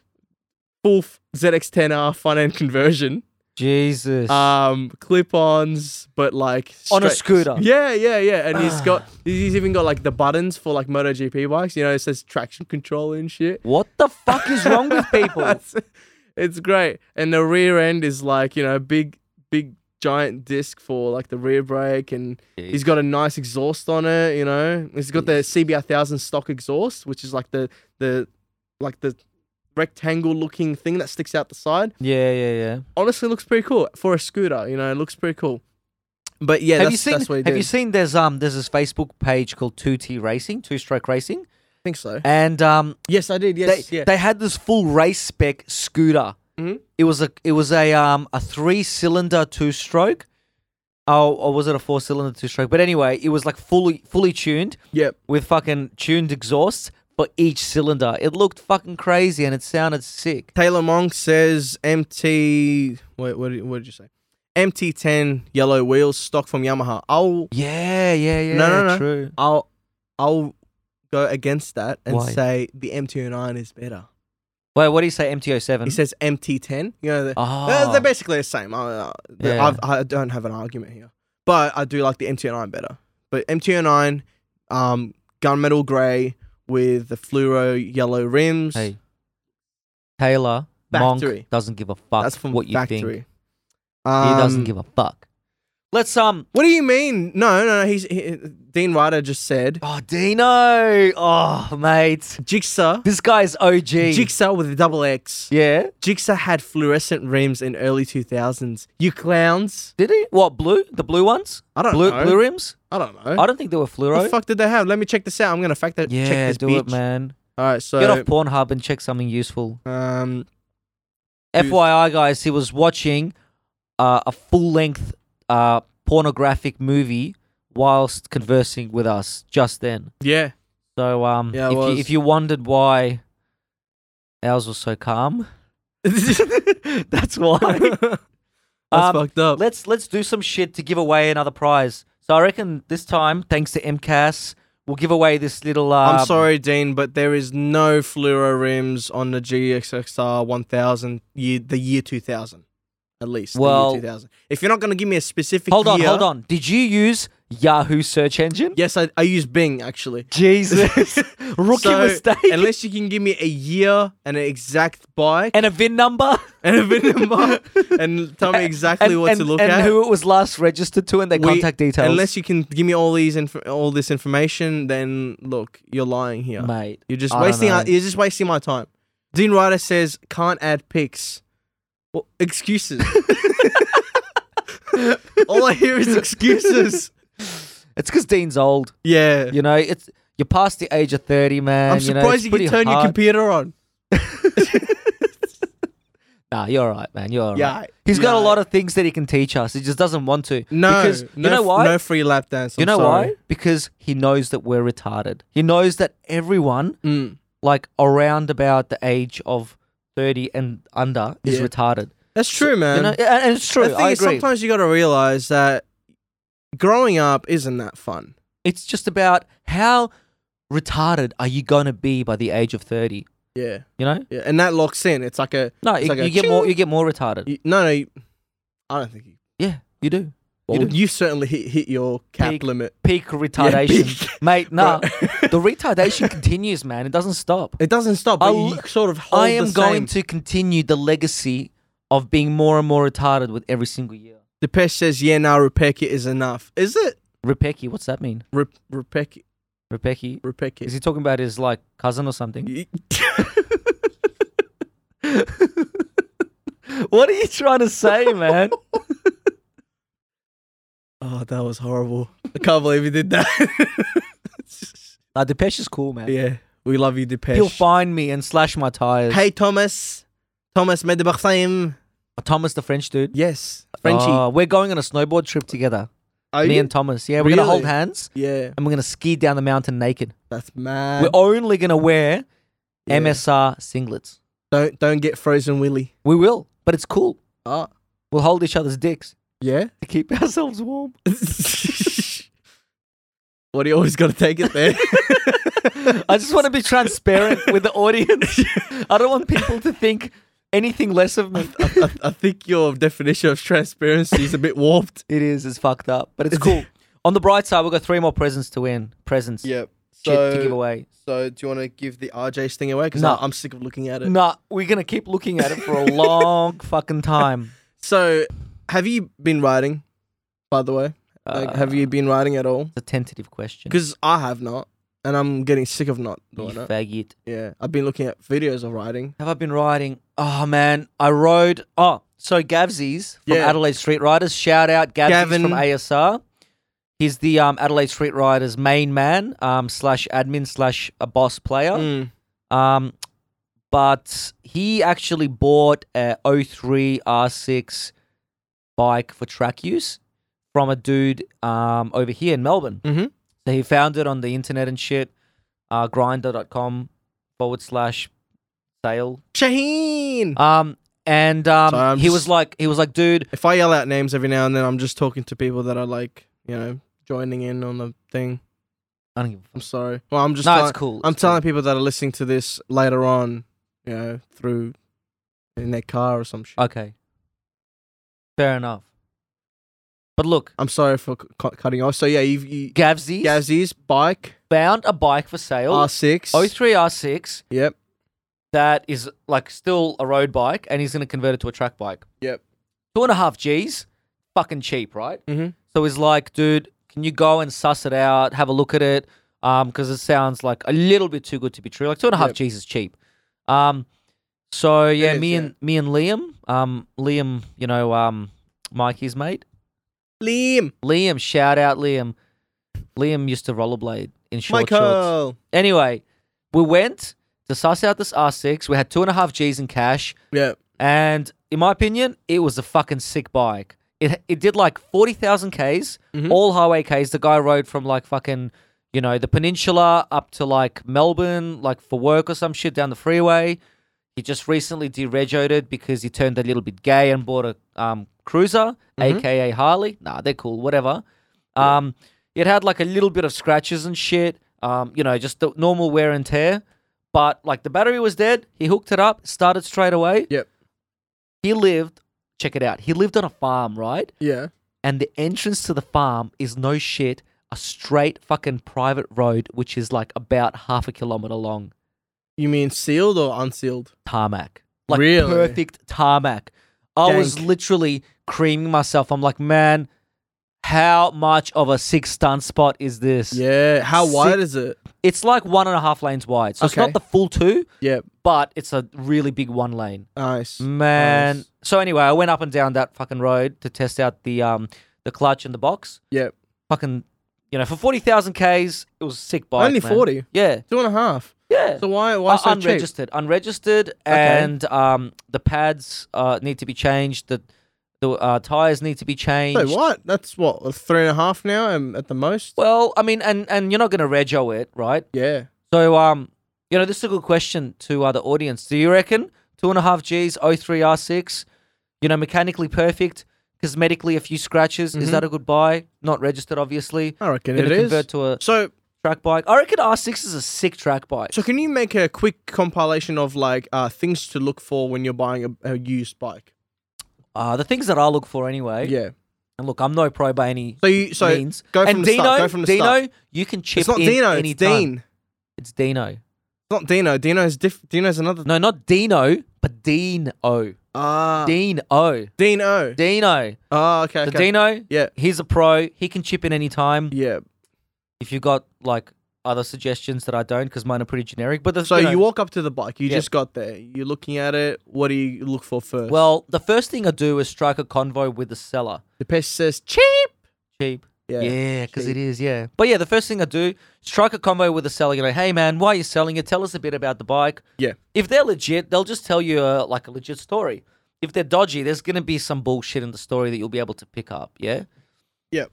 full f- ZX10R front end conversion. Jesus. Um, clip-ons, but like On a straight- scooter. Ah. Yeah, yeah, yeah. And he's got he's even got like the buttons for like MotoGP bikes. You know, it says traction control and shit. what the fuck is wrong with people? That's- it's great. And the rear end is like you know big, big giant disc for like the rear brake, and he's got a nice exhaust on it. You know, he's got the CBR thousand stock exhaust, which is like the the like the rectangle looking thing that sticks out the side. Yeah, yeah, yeah. Honestly, looks pretty cool for a scooter. You know, it looks pretty cool. But yeah, have that's, you seen? that's what he did. have you seen? There's um, there's this Facebook page called Two T Racing, Two Stroke Racing, I think so. and um, Yes, I did. Yes, they yeah. they had this full race spec scooter. Mhm. It was a it was a um a three cylinder two stroke. Oh, or was it a four cylinder two stroke? But anyway, it was like fully fully tuned yep. with fucking tuned exhausts for each cylinder. It looked fucking crazy and it sounded sick. Taylor Monk says MT. Wait, what did, what did you say? MT10 yellow wheels stock from Yamaha. I'll Yeah, yeah, yeah. no no True. I'll I'll go against that and Why? say the MT09 is better. Wait, what do you say? MTO seven. He says MT10. You know, they're, Ah. they're basically the same. I, I, Yeah. I've- I don't have an argument here, but I do like the MT09 better. But MT09, um, gunmetal grey with the fluoro yellow rims. Hey, Taylor Factory. Monk doesn't give a fuck that's from what you factory. think. Um, he doesn't give a fuck. Let's um. What do you mean? No, no, no. He's he, Dean Ryder just said Oh, Dino. Oh, mate. Jigsaw. This guy's OG. Jigsaw with a double X. yeah. Jigsaw had fluorescent rims in early 2000s. You clowns. Did he? What blue? The blue ones? I don't blue, know. Blue rims? I don't know. I don't think they were what fluoro. the fuck did they have? Let me check this out. I'm gonna fact that. yeah, check this do bitch. it, man. All right, so Get off Pornhub and check something useful. um, Who's- FYI, guys, he was watching uh, a full-length uh, pornographic movie whilst conversing with us just then. yeah, So, um, Yeah, I if, you, was. if you wondered why ours was so calm, that's why. that's Um, fucked up. let's let's do some shit to give away another prize. So I reckon this time, thanks to MCAS, we'll give away this little. Um, I'm sorry, Dean, but there is no fluoro rims on the GXXR 1000 year, the year 2000, at least. the year Well- 2000. if you're not gonna give me a specific Hold on, year- hold on. Did you use Yahoo search engine? Yes, I, I use Bing actually. Jesus, rookie So, mistake. Unless you can give me a year and an exact bike and a VIN number. and a VIN number and tell me exactly and, what and, to look and at. who it was last registered to, and their we- contact details. Unless you can give me all these inf- all this information, then look, you're lying here. mate, You're just I don't wasting. Our, know. you're just wasting my time. Dean Ryder says can't add pics. Well, excuses. all I hear is excuses. it's because Dean's old. Yeah. You know, it's you're past the age of thirty, man. I'm you know, it's surprised you, pretty can turn your hard. computer on. Nah, you're all right, man. You're all right. Yeah, He's got a yeah. lot of things that he can teach us. He just doesn't want to. No, because no, you know f- why? No free lap dance. you I'm know sorry. why? Because he knows that we're retarded. He knows that everyone, Mm. like around about the age of thirty and under, is Yeah. retarded. That's true, man. you know, and, and it's true. the thing I is, agree. sometimes you got to realize that growing up isn't that fun. it's just about how retarded are you gonna be by the age of thirty? Yeah, You know, yeah, and that locks in. It's like a no, it's you, like a you get ching. more. You get more retarded. You- no, no. You, I don't think you. yeah, you do. Well, you do. you certainly hit, hit your cap Peak. limit. Peak retardation, peak. mate. Nah, Right. the retardation continues, man. It doesn't stop. It doesn't stop. But I'll- you sort of hold I am the going same. to continue the legacy of being more and more retarded with every single year. Depeche says, "Yeah, now repair kit is enough." Is it Repeki, what's that mean? Re- repair kit? Repeki? Repair kit. Is he talking about his like cousin or something? What are you trying to say, man? oh, that was horrible. I can't believe you did that. Like Depeche is cool, man. yeah, we love you, Depeche. He'll find me and slash my tires. Hey, Thomas. Thomas Medebachtheim. Thomas, the French dude. Yes, Frenchie. Oh, we're going on a snowboard trip together. Are me you? and Thomas. Yeah, we're gonna hold Really? hands yeah, and we're gonna ski down the mountain naked. that's mad. we're only gonna wear Yeah. MSR singlets. Don't don't get frozen, Willy. We will, but it's cool. Ah, We'll hold each other's dicks yeah. to keep ourselves warm. what do you always got to take it there? I just want to be transparent with the audience. I don't want people to think anything less of me. I, I think your definition of transparency is a bit warped. It is, it's fucked up, but it's cool. On the bright side, we've got three more presents to win. Presents. Yep. Shit to give away. So do you want to give the RJ's thing away? Because No. I'm sick of looking at it. Nah, we're going to keep looking at it for a long fucking time. So have you been riding? By the way, like, have you been riding at all? Uh, It's a tentative question. Because I have not, and I'm getting sick of not You doing it. faggot. Yeah, I've been looking at videos of riding. Have I been riding? Oh man, I rode. Oh, so Gavsies from Yeah. Adelaide Street Riders. Shout out Gavsies Gavin. from ASR. He's the um, Adelaide Street Riders main man um, slash admin slash a boss player. Mm. Um, but he actually bought a 03 R6 bike for track use from a dude um, over here in Melbourne. Mhm. So he found it on the internet and shit, uh, grinder.com forward slash sale. Shaheen. Um, and Sorry, um, I'm he was just- like, he was like, dude, if I yell out names every now and then, I'm just talking to people that are like, you know, joining in on the thing. I don't give a I'm fuck. sorry. Well, I'm just. no, telling- it's cool. I'm it's cool. telling people that are listening to this later on, you know, through in their car or some shit. Okay. Fair enough. But look, I'm sorry for c- cu- cutting off. So yeah, you've, you Gavsy Gazzy's bike found a bike for sale. R6. 03 R6 Yep. that is like still a road bike and he's going to convert it to a track bike. Yep. Two and a half G's, fucking cheap, right? Mhm. So he's like, dude, can you go and suss it out, have a look at it? Because it sounds like a little bit too good to be true. Like two and a half Yep. G's is cheap. Um, so yeah, is, me yeah. and me and Liam, um, Liam, you know, um, Mikey's mate, Liam. Liam, shout out Liam. Liam used to rollerblade in short shorts. Michael. Anyway, we went to suss out this R6. We had two and a half G's in cash, Yeah. and in my opinion, it was a fucking sick bike. It it did like forty thousand Ks, all highway Ks. The guy rode from like fucking, you know, the peninsula up to like Melbourne, like for work or some shit down the freeway. He just recently deregoed it because he turned a little bit gay and bought a um, cruiser, aka Harley. Nah, they're cool, whatever. Um, it had like a little bit of scratches and shit. Um, you know, just the normal wear and tear. But like the battery was dead. He hooked it up, started straight away. Yep. He lived. Check it out. He lived on a farm, right? Yeah. And the entrance to the farm is no shit a straight fucking private road, which is like about half a kilometer long. You mean sealed or unsealed? Tarmac, like Really? perfect tarmac. I was Dank. literally creaming myself. I'm like, man, how much of a six stunt spot is this? Yeah. How Sick. wide is it? It's like one and a half lanes wide. So it's Okay. not the full two, Yep. but it's a really big one lane. Nice. Mm. Man. Nice. So anyway, I went up and down that fucking road to test out the um the clutch and the box. Yep. Fucking you know, for forty thousand Ks, it was a sick bike. Only man. 40? Yeah. Two and a half. Yeah. So why why Uh, so cheap? unregistered. Unregistered and um the pads uh need to be changed, the the uh, tires need to be changed. Wait, what? That's what a three and a half now, um, at the most. Well, I mean and and you're not gonna rego it, right? Yeah. So, um, you know, this is a good question to uh, the audience. Do you reckon two and a half G's, 03 R6, you know, mechanically perfect, cosmetically a few scratches? Is that a good buy? Not registered, obviously. I reckon Gonna Mm-hmm. it is. convert to a so track bike. I reckon R6 is a sick track bike. so can you make a quick compilation of like uh, things to look for when you're buying a, a used bike? Uh, the things that I look for anyway. Yeah. And look, I'm no pro by any So you so means. go from and the Dino, start. Go from the Dino, start. you can chip It's not in Dino. It's anytime. Dean. It's It's Dino. not Dino. Dino's diff. Dino's another. No, not Dino, but Dean O. Ah. Dean O. Dino. Dino. Ah. Okay. So okay. Dino, Yeah. he's a pro. He can chip in any time. Yeah. If you got like other suggestions that I don't, because mine are pretty generic. But the, So know- you walk up to the bike. You Yeah. just got there. You're looking at it. What do you look for first? well, the first thing I do is strike a convo with the seller. the pest says cheap. Cheap. Yeah. Yeah, because it is. Yeah. But yeah, the first thing I do, strike a convo with the seller. You know, hey man, why are you selling it? Tell us a bit about the bike. Yeah. If they're legit, they'll just tell you uh, like a legit story. If they're dodgy, there's gonna be some bullshit in the story that you'll be able to pick up. Yeah. Yeah.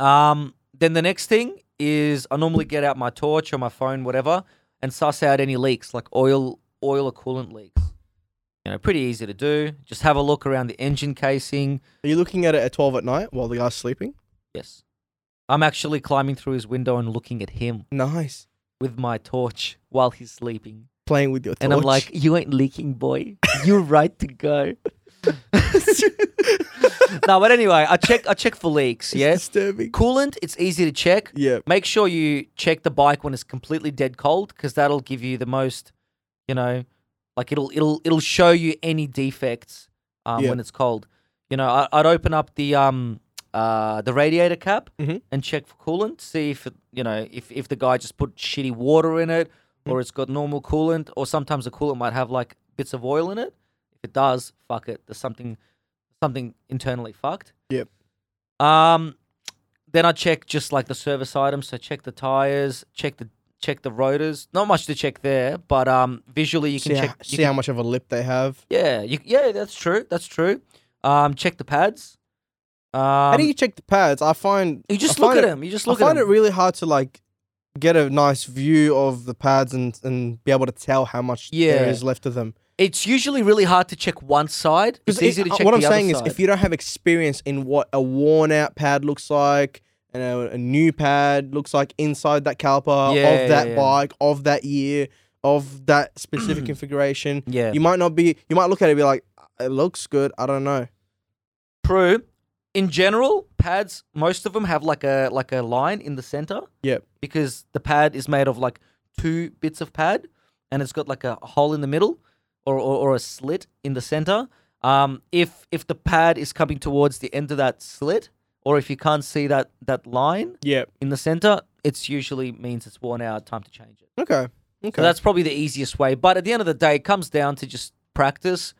Um, then the next thing is I normally get out my torch or my phone, whatever, and suss out any leaks, like oil, oil or coolant leaks. You know, pretty easy to do. Just have a look around the engine casing. Are you looking at it at twelve at night while the guy's sleeping? Yes. I'm actually climbing through his window and looking at him Nice. with my torch while he's sleeping. Playing with your torch. And I'm like, you ain't leaking, boy. You're right to go. no, but anyway, I check I check for leaks, It's yeah? Disturbing. Coolant, it's easy to check. Yeah. Make sure you check the bike when it's completely dead cold because that'll give you the most, you know, like it'll it'll it'll show you any defects um, Yeah. when it's cold. You know, I, I'd open up the um uh the radiator cap Mhm. and check for coolant, see if it, you know if if the guy just put shitty water in it Mm-hmm. or it's got normal coolant, or sometimes the coolant might have like bits of oil in it. If it does, fuck it. There's something something internally fucked. Yep. Um, then I check just like the service items. So check the tires, check the check the rotors. Not much to check there, but um, visually you see can how, check. you see can- how much of a lip they have. yeah, you, yeah, that's true. That's true. Um, check the pads. Um, how do you check the pads? I find you just I look find at it, them. You just look I at find it them. really hard to like get a nice view of the pads and and be able to tell how much there Yeah. is left of them. it's usually really hard to check one side. It's it- easy to uh, check What the I'm other saying side. is, if you don't have experience in what a worn out pad looks like, and a, a new pad looks like inside that caliper Yeah, of that yeah, yeah. bike of that year of that specific configuration, Yeah. you might not be. You might look at it and be like, "It looks good. I don't know." True. In general, pads most of them have like a like a line in the center. Yep. Because the pad is made of like two bits of pad, and it's got like a hole in the middle, or or, or a slit in the center. Um, if if the pad is coming towards the end of that slit, or if you can't see that that line Yep. in the center, it's usually means it's worn out. Time to change it. Okay. Okay. So that's probably the easiest way. But at the end of the day, it comes down to just practice.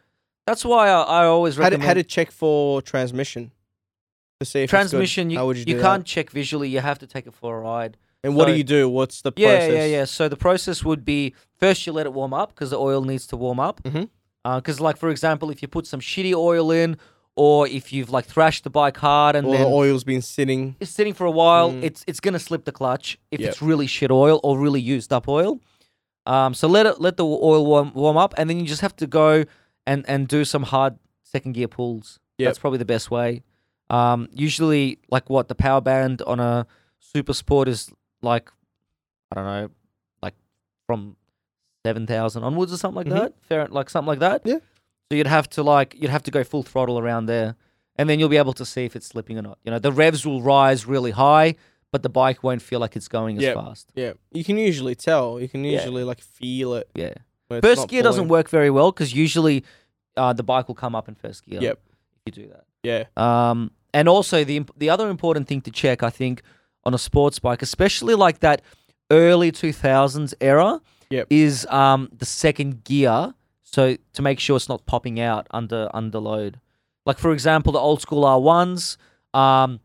That's why I, I always how to, recommend how to check for transmission to see if it's good. transmission. You, How would you, you, do that? can't check visually. You have to take it for a ride. And what do so- you do? What's the Yeah, process? yeah, yeah. So the process would be first you let it warm up because the oil needs to warm up. Because, Mhm. like for example, if you put some shitty oil in, or if you've like thrashed the bike hard and Or then the Mm. oil's been sitting. it's sitting for a while, it's it's gonna slip the clutch if Yep. it's really shit oil or really used up oil. Um, so let it let the oil warm, warm up, and then you just have to go and and do some hard second gear pulls. Yep. That's probably the best way. Um, usually, like what the power band on a super sport is like, I don't know, like from seven thousand onwards or something like Mhm. that. Fair, like something like that. Yeah. So you'd have to like you'd have to go full throttle around there and then you'll be able to see if it's slipping or not. You know, the revs will rise really high, but the bike won't feel like it's going as Yep. fast. Yeah, you can usually tell. You can usually like feel it. Yeah. when it's First not gear doesn't pulling. work very well because usually uh, the bike will come up in first gear. Yep. If you do that. Yeah. Um, and also the imp- the other important thing to check, I think, on a sports bike, especially like that early two thousands era, Yep. is um the second gear. So to make sure it's not popping out under under load. Like for example, the old school R ones. Um,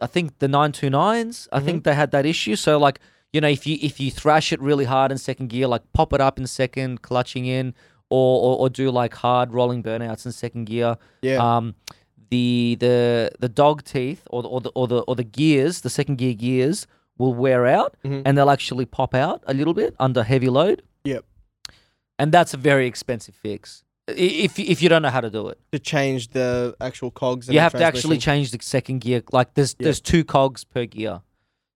I think the nine two nines. I think they had that issue. So like you know, if you if you thrash it really hard in second gear, like pop it up in second, clutching in, or or, or do like hard rolling burnouts in second gear. Yeah. Um, the the the dog teeth or the, or the or the or the gears, the second gear gears will wear out, Mhm. and they'll actually pop out a little bit under heavy load. Yep. And that's a very expensive fix i- if if you don't know how to do it. to change the actual cogs. And you the have to actually transmission. change the second gear. Like there's Yeah. there's two cogs per gear.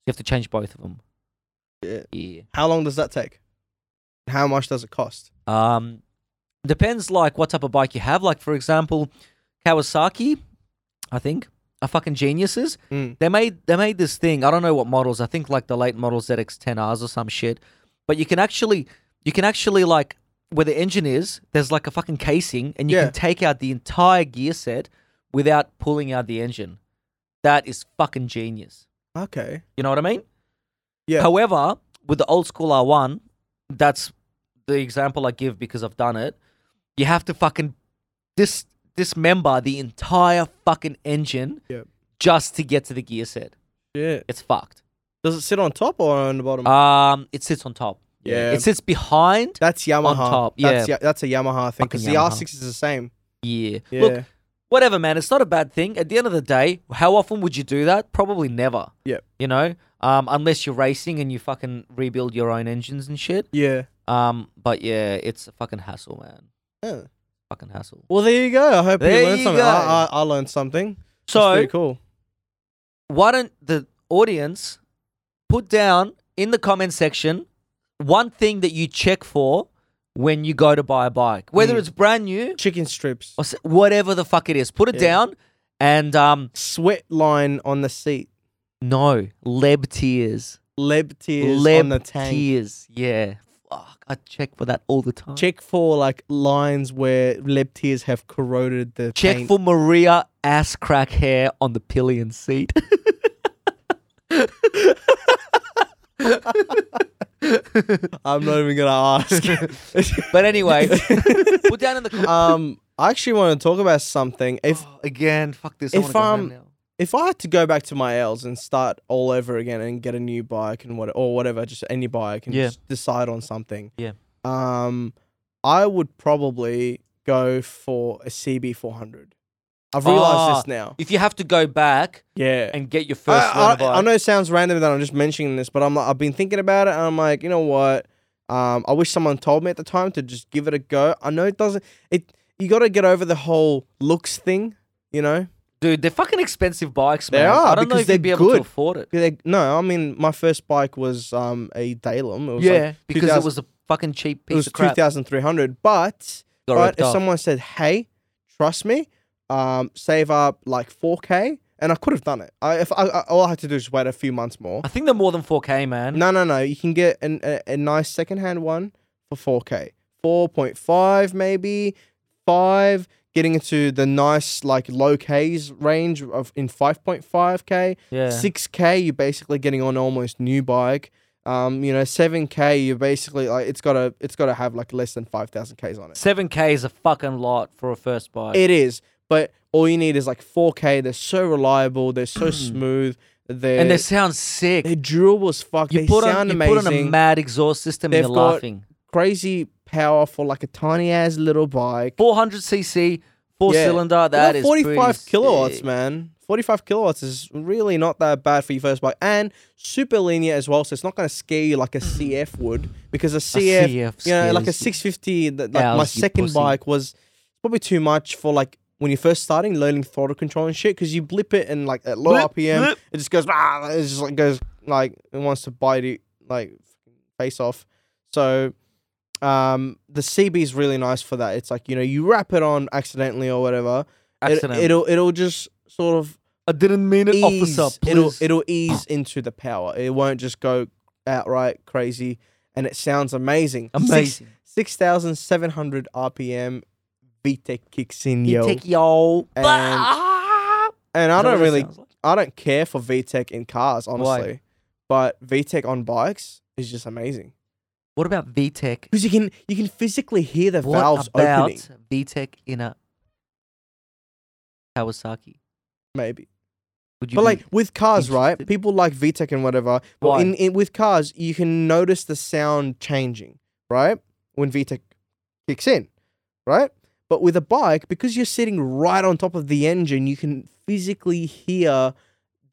You have to change both of them. Yeah. Yeah. How long does that take? How much does it cost? Um, depends like what type of bike you have. Like for example, Kawasaki, I think are fucking geniuses. Mm. They made they made this thing. I don't know what models. I think like the late models ZX10Rs or some shit. But you can actually you can actually like where the engine is. There's like a fucking casing, and you Yeah. can take out the entire gear set without pulling out the engine. That is fucking genius. Okay. You know what I mean? Yeah. However, with the old school R1, that's the example I give because I've done it. You have to fucking dis- dismember the entire fucking engine Yep. just to get to the gear set. Yeah. It's fucked. Does it sit on top or on the bottom? Um, it sits on top. Yeah. It sits behind. that's Yamaha. top, That's, yeah. Ya- that's a Yamaha Fucking thing because the Yamaha. R6 is the same. Yeah. Yeah. Look, whatever, man. It's not a bad thing. At the end of the day, how often would you do that? Probably never. Yep. You know, um, unless you're racing and you fucking rebuild your own engines and shit. yeah. Um, but yeah, it's a fucking hassle, man. Yeah. Fucking hassle. Well, there you go. I hope There you learned you something. I, I, go. I learned something. that's So pretty cool. why don't the audience put down in the comment section one thing that you check for when you go to buy a bike, whether Mm. it's brand new Chicken strips, or s- whatever the fuck it is. Put it Yeah. down and um, sweat line on the seat, no leb tears, leb tears leb on the tank. tears. Yeah, fuck, I check for that all the time. Check for like lines where leb tears have corroded the check paint. for Maria ass crack hair on the pillion seat. I'm not even gonna ask. but anyway, put down in the com- um, I actually want to talk about something. If again. Fuck this. I if, wanna go home um, now. if I had to go back to my L's and start all over again and get a new bike and what or whatever, just any bike and Yeah. just decide on something. Yeah. Um, I would probably go for a CB 400. I've Ah. realized this now. if you have to go back Yeah. and get your first I, run I, by, I know it sounds random that I'm just mentioning this, but I'm like, I've been thinking about it and I'm like, you know what? Um, I wish someone told me at the time to just give it a go. I know it doesn't. It you got to get over the whole looks thing, you know. dude, they're fucking expensive bikes, They man. I are, don't know because if you'd they're be able good. to afford it. Yeah, they- no, I mean my first bike was um a Dalem. It was like because 2000 it was a fucking cheap it piece was of crap. 2,300. But Got but ripped if off. someone said, "Hey, trust me, um, save up like 4k," and I could have done it. I if I, I all I had to do is wait a few months more. I think they're more than 4K, man. No, no, no. You can get an, a, a nice secondhand one for 4K. 4.5, maybe 5, getting into the nice, like, low Ks range of in 5.5K. Yeah. 6K, you're basically getting on almost new bike. Um, you know, 7K, you're basically like, it's got to, it's got to have like less than 5,000 Ks on it. 7K is a fucking lot for a first bike. It is, but all you need is like 4K. They're so reliable. They're so smooth. They're, Mm. and they sound sick. they're durable as fuck. you they put on sound you amazing. put on a mad exhaust system They've and you're got- laughing. crazy power for like a tiny ass little bike. 400 cc, four Yeah. cylinder. You know, That is pretty 45 kilowatts, sick. man. 45 kilowatts is really not that bad for your first bike, and super linear as well. So it's not going to scare you like a Mm. CF would, because a CF, CF you know, like a scares 650. That, like my Cows, you second pussy. bike was probably too much for like when you're first starting learning throttle control and shit, because you blip it and like at low Blip, RPM, blip. it just goes. Ah, it just like goes like it wants to bite you like face off. So um, the CB is really nice for that. It's like you know you wrap it on accidentally or whatever. It, Accidentally. it'll it'll just sort of I didn't mean it, ease. officer. Please. it'll it'll ease into the power. It won't just go outright crazy. And it sounds amazing. Six- Amazing. Six thousand seven hundred RPM. VTEC E kicks in, yo. take y'all. And- Ah! and I E Is that don't what it really, sounds like? I don't care for VTEC in cars, honestly. But VTEC on bikes is just amazing What about VTEC? because you can you can physically hear the What valves about opening. VTEC in a Kawasaki? Maybe. Would you But be- like with cars, right? interested? People like VTEC and whatever. But Why? in, in with cars, you can notice the sound changing, right? When VTEC kicks in, right? But with a bike, because you're sitting right on top of the engine, you can physically hear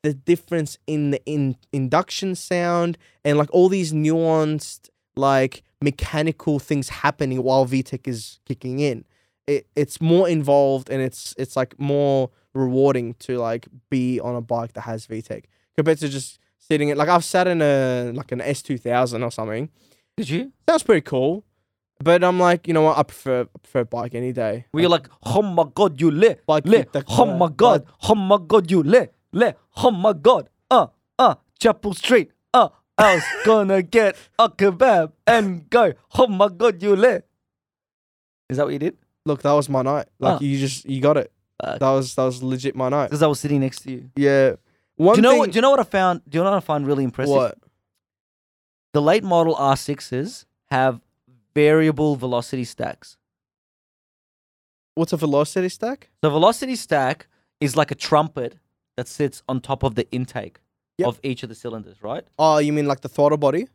the difference in the in, induction sound and like all these nuanced like mechanical things happening while VTEC is kicking in. It, it's more involved and it's it's like more rewarding to like be on a bike that has VTEC compared to just sitting it like I've sat in a like an S two thousand or something. Did you? Sounds pretty cool. But I'm like, you know what, I prefer I prefer bike any day. Were you like, oh my god, you lit, But lit, the- oh my god, oh my god, you lit, lit, oh my god, uh, uh, Chapel Street, uh, I was gonna get a kebab and go, oh my god, you lit. Is that what you did? Look, that was my night. Like Ah. you just you got it. Fuck. That was that was legit my night. Because I was sitting next to you. Yeah. One Do you know thing, what? Do you know what I found? Do you know what I find really impressive? what? The late model R6s have variable velocity stacks. What's a velocity stack? The velocity stack is like a trumpet that sits on top of the intake Yep. of each of the cylinders, right? Oh, you mean like the throttle body?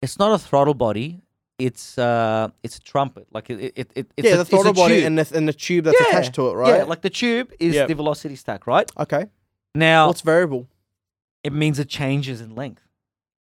It's not a throttle body. It's uh, it's a trumpet. Like it, it, it it's yeah, a, the it's a throttle body tube. and the, and the tube that's Yeah. attached to it, right? Yeah, like the tube is Yep. the velocity stack, right? okay. Now What's variable? it means it changes in length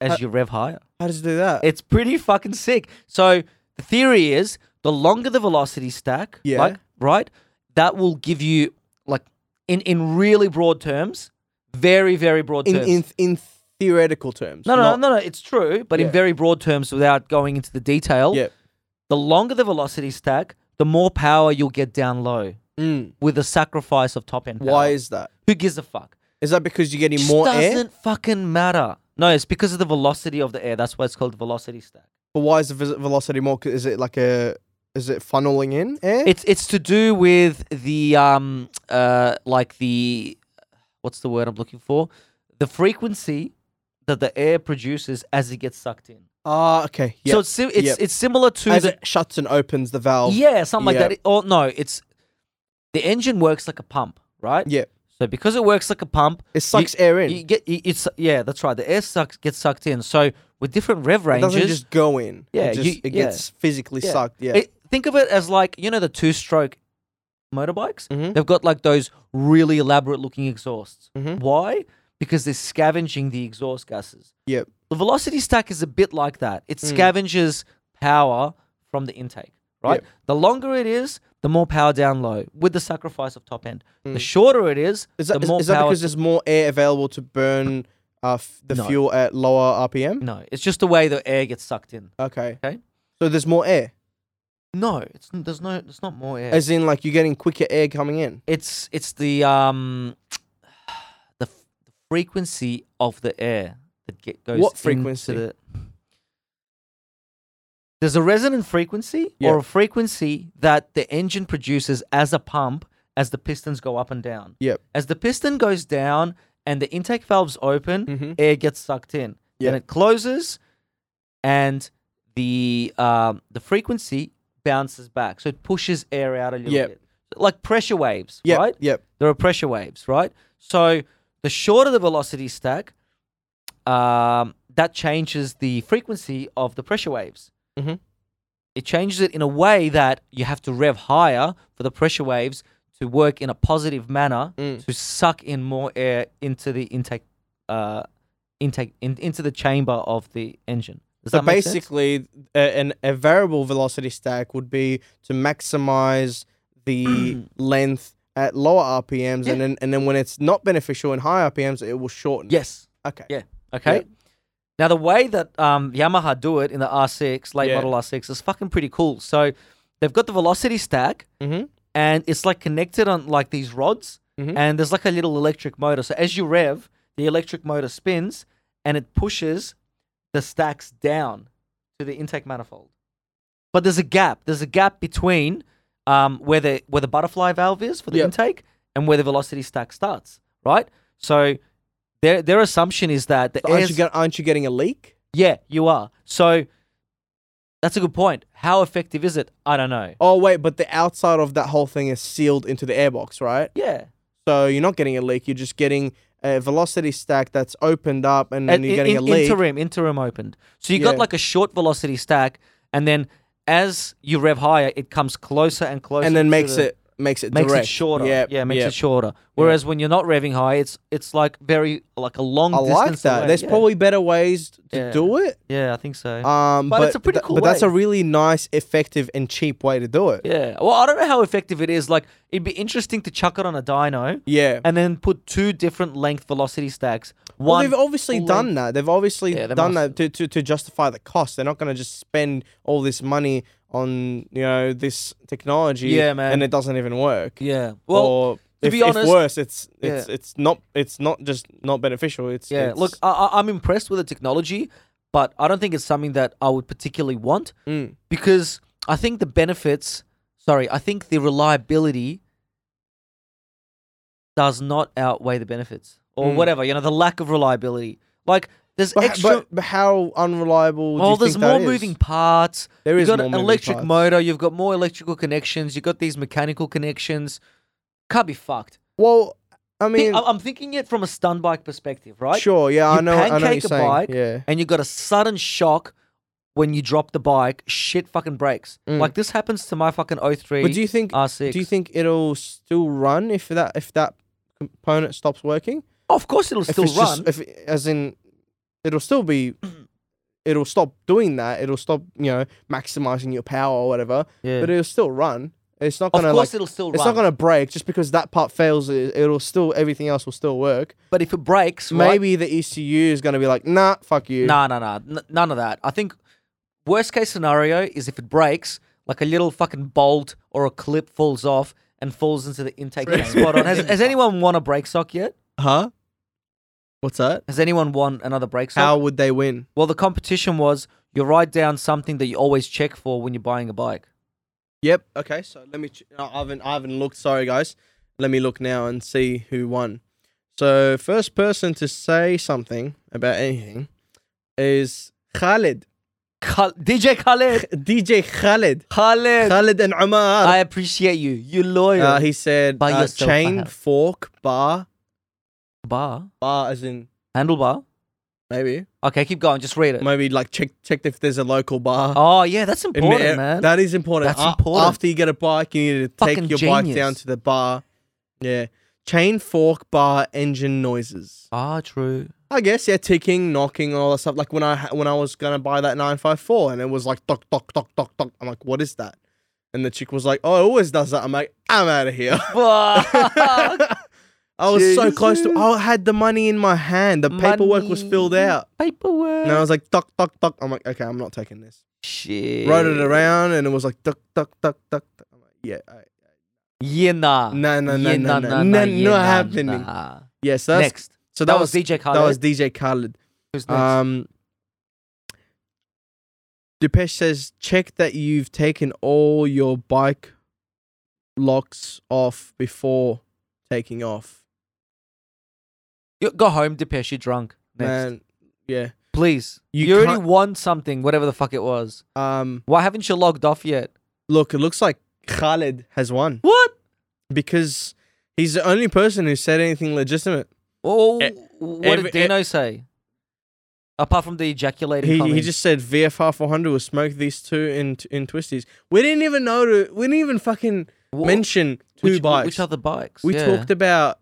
as Uh, you rev higher. How does it do that? It's pretty fucking sick. So the theory is the longer the velocity stack, Yeah. like, right, that will give you like in in really broad terms, very very broad in terms. in in theoretical terms. no, no, not- no, no, it's true, but Yeah. in very broad terms without going into the detail, Yeah. the longer the velocity stack, the more power you'll get down low Mm. with the sacrifice of top end power. Why is that? Who gives a fuck? Is that because you're getting Just more air? doesn't fucking matter. No, it's because of the velocity of the air. That's why it's called velocity stack. But why is the vis- velocity more? 'Cause Is it like a is it funneling in air? It's it's to do with the um uh like the what's the word I'm looking for? The frequency that the air produces as it gets sucked in. Ah, okay. Yeah. So it's sim- it's Yep. it's similar to as the it shuts and opens the valve. yeah something like yeah. that. It- Or no, it's the engine works like a pump, right? Yeah. So because it works like a pump, It sucks air in. You get you, it's yeah, that's right. The air sucks gets sucked in. So with different rev It doesn't ranges, just go in. Yeah, It, just, you- it yeah. gets physically Yeah. sucked. Yeah. It- think of it as like you know the two-stroke motorbikes. Mhm. They've got like those really elaborate-looking exhausts. Mhm. Why? Because they're scavenging the exhaust gases. Yep. The velocity stack is a bit like that. It Mm. scavenges power from the intake. Right. Yep. The longer it is, the more power down low with the sacrifice of top end. The shorter it is, Mm. Is that, the is, more is that power. because there's more air available to burn uh, f- the No. fuel at lower RPM? no, it's just the way the air gets sucked in. Okay. Okay. So there's more air. No, it's there's no it's not more air. As in, like, you're getting quicker air coming in. it's it's the um the, f- the frequency of the air that get, goes What into frequency? the- there's a resonant frequency Yeah. or a frequency that the engine produces as a pump as the pistons go up and down Yep. as the piston goes down and the intake valves open Mhm. air gets sucked in Yep. then it closes and the um, the frequency bounces back so it pushes air out a little Yep. bit like pressure waves Yep. right Yep. there are pressure waves, right? So the shorter the velocity stack, um, that changes the frequency of the pressure waves. Mhm. It changes it in a way that you have to rev higher for the pressure waves to work in a positive manner Mm. to suck in more air into the intake, uh, intake in, into the chamber of the engine. Does So that make sense? basically, a, an, a variable velocity stack would be to maximize the length at lower RPMs, and then and then when it's not beneficial in high RPMs, it will shorten. yes. Okay. Yeah. Okay. Now the way that um, Yamaha do it in the R6, late Yeah. model R6, is fucking pretty cool. So they've got the velocity stack, Mhm. and it's like connected on like these rods, Mhm. and there's like a little electric motor. So as you rev, the electric motor spins, and it pushes the stacks down to the intake manifold. But there's a gap. There's a gap between um, where the where the butterfly valve is for the Yep. intake and where the velocity stack starts. Right. So their their assumption is that the So air aren't, you get, aren't you getting a leak? yeah, you are. So that's a good point. How effective is it? I don't know. Oh wait, but the outside of that whole thing is sealed into the airbox, right? Yeah. So you're not getting a leak. You're just getting a velocity stack that's opened up, and then And you're in- getting in- a leak. Interim, interim opened. So you got Yeah. like a short velocity stack, and then as you rev higher, it comes closer and closer. and then to makes the- it makes it makes direct. it shorter. Yep, yeah, makes yep. it shorter. Whereas when you're not revving high, it's it's like very like a long. I like distance that. away. There's yeah. probably better ways to Yeah. do it. yeah, I think so. Um, but, But it's a pretty tha- cool But that's way. a really nice, effective, and cheap way to do it. yeah. Well, I don't know how effective it is. Like it'd be interesting to chuck it on a dyno. Yeah. and then put two different length velocity stacks. well, One, they've obviously full done length- that. They've obviously Yeah, they done must. that to, to, to justify the cost. They're not going to just spend all this money on you know this technology. Yeah, man. And it doesn't even work. yeah. Well, or to if, be if honest- worse, it's it's it's not it's not just not beneficial. It's yeah. it's- Look, I, I- I'm impressed with the technology, but I don't think it's something that I would particularly want Mm. because I think the benefits. Sorry, I think the reliability does not outweigh the benefits or Mm. whatever. You know, the lack of reliability. Like there's but, h- extra. but, but how unreliable? well, do you there's think that more is? moving parts. There you've is got more an moving electric parts. motor. You've got more electrical connections. You've got these mechanical connections. Can't be fucked. Well, I Thi- mean, I'm- I'm thinking it from a stun bike perspective, right? sure. Yeah, You I know. I know what you're pancake a saying. bike, yeah. And you got a sudden shock when you drop the bike. Shit fucking breaks. Like this happens to my fucking 03 Mm. But do you think R6. Do you think it'll still run if that if that component stops working? Oh, of course, it'll If still it's run. just- if it- as in, it'll still be. It'll stop doing that. It'll stop, you know, maximizing your power or whatever. Yeah. But it'll still run. It's not of gonna. course, like, it'll still It's run. not gonna break just because that part fails. It, it'll still everything else will still work. but if it breaks, right? Maybe the ECU is gonna be like, nah, fuck you. no, no, no, N- none of that. I think worst case scenario is if it breaks, like a little fucking bolt or a clip falls off and falls into the intake spot on. Has, has anyone won a brake sock yet? Huh? What's that? Has anyone won another brake sock? How would they win? Well, the competition was you write down something that you always check for when you're buying a bike. Yep. Okay. So let me. Ch- no, I haven't. I haven't looked. Sorry, guys. Let me look now and see who won. So first person to say something about anything is Khaled. Khal- DJ Khaled. DJ Khaled. Khaled. Khaled and Umar. I appreciate you. You loyal. Uh, he said By uh, yourself, chain, perhaps. fork, bar, Bar. bar as in Handlebar. maybe, Okay, keep going. Just read it. maybe like check check if there's a local bar. Oh yeah, that's in the important, air- man. That is important. That's A- important. After you get a bike, you need to take Fucking your bike down genius. to the bar. Yeah. Chain, fork, bar, engine noises. Ah, true. I guess yeah, ticking, knocking, and all that stuff. Like when I ha- when I was gonna buy that nine five four, and it was like tock tock tock tock tock. I'm like, what is that? And the chick was like, oh, it always does that. I'm like, I'm out of here. Fuck. I was so close to. I had the money in my hand. The paperwork was filled Money. out, Paperwork. and I was like, tock tock tock. I'm like, okay, I'm not taking this. Shit. Rode it around, and it was like, duck duck duck duck. duck. I'm like, yeah, I, Yeah, nah. No, no, no, Yeah, no, nah, nah, nah, no, no, yeah, not nah, happening. nah. Yeah, so that's, Next. so That was DJ Khaled. That was DJ Khaled. Who's next? Um, Depeche says, check that you've taken all your bike locks off before taking off. You- go home, Depeche. You're drunk. Next. Man, yeah. Please. You, You already can't- won something, whatever the fuck it was. Um, Why haven't you logged off yet? look, it looks like Khaled has won What? because he's the only person who said anything legitimate. Oh, E- what every- did Dino say? Apart from the ejaculating He, he comment. just said VFR 400 will smoke these two in in twisties. We didn't even know to. We didn't even fucking Wha- mention two which, bikes. Which other bikes? we Yeah. talked about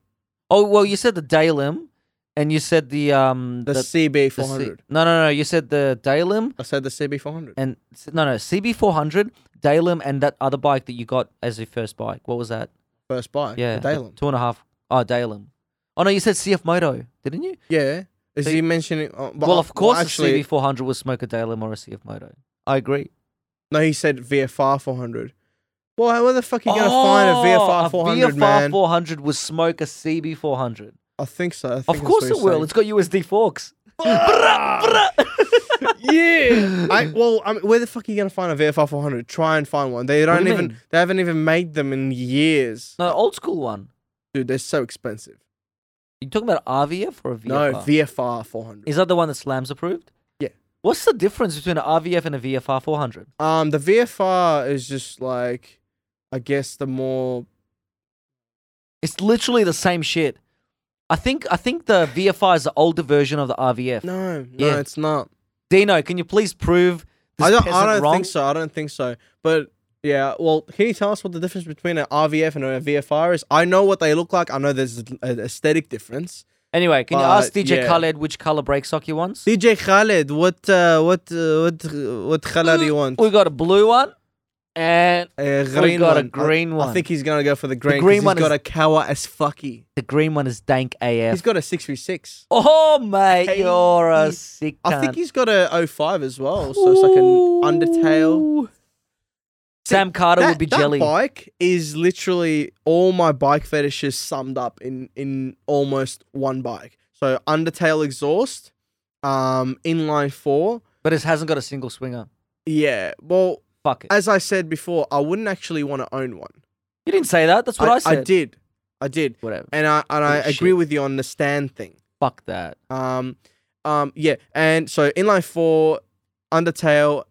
Oh well, you said the Dalim, and you said the um the, the, CB the C- 400. no, no, no. You said the Dalim I said the CB 400. and no, no CB four hundred Dalim and that other bike that you got as your first bike. What was that? First bike. Yeah, The the Dalem. two and a half. Oh, Dalim. Oh no, you said CF Moto, didn't you? yeah. Is So he you- mentioning? Oh, but well, I- of course, actually, a CB four hundred will smoke a Dalim or a CF Moto. I agree. no. He said VFR 400. Well, where the fuck are you gonna find a VFR 400, Oh, A VFR man? four hundred will smoke a CB four hundred. I think so. I think Of that's course what it he's will. saying. It's got USD forks. yeah. I, well, I mean, where the fuck are you gonna find a VFR 400? Try and find one. They don't do you even. mean? They haven't even made them in years. No, old school one. Dude, they're so expensive. You talking about RVF or a VFR? No, VFR 400. Is that the one that Slams approved? Yeah. What's the difference between an RVF and a VFR 400? Um, the VFR is just like, I guess the more It's literally the same shit. I think I think the VFR is the older version of the RVF. no, no, Yeah. it's not. Dino, can you please prove this I don't. peasant I don't wrong? think so. I don't think so. But yeah, well, can you tell us what the difference between an RVF and a VFR is? I know what they look like. I know there's an aesthetic difference. Anyway, can you But, ask DJ yeah. Khaled which color brake sock he wants? DJ Khaled, what, uh, what, uh, what, uh, what color do you want? We got a blue one, and A we Oh, got a I- green I one. think he's gonna go for the green. 'cause green he's one got is- a Kawa as fucky. the green one is dank AF. He's got a six three six. oh mate, Hey, you're a he's- sick. I think cunt. he's got a 05 as well, so it's like an Undertale. Ooh. Sam Carter that, would be that jelly. bike is literally all my bike fetishes summed up in in almost one bike. So Undertale exhaust, um, inline four. But it hasn't got a single swinger. Yeah, well, Fuck it. as I said before, I wouldn't actually want to own one. you didn't say that. That's what I, said. did, I did, Whatever. and I and I Oh, shit. agree with you on the stand thing. Fuck that. Um, um, yeah, and so inline four, Undertale,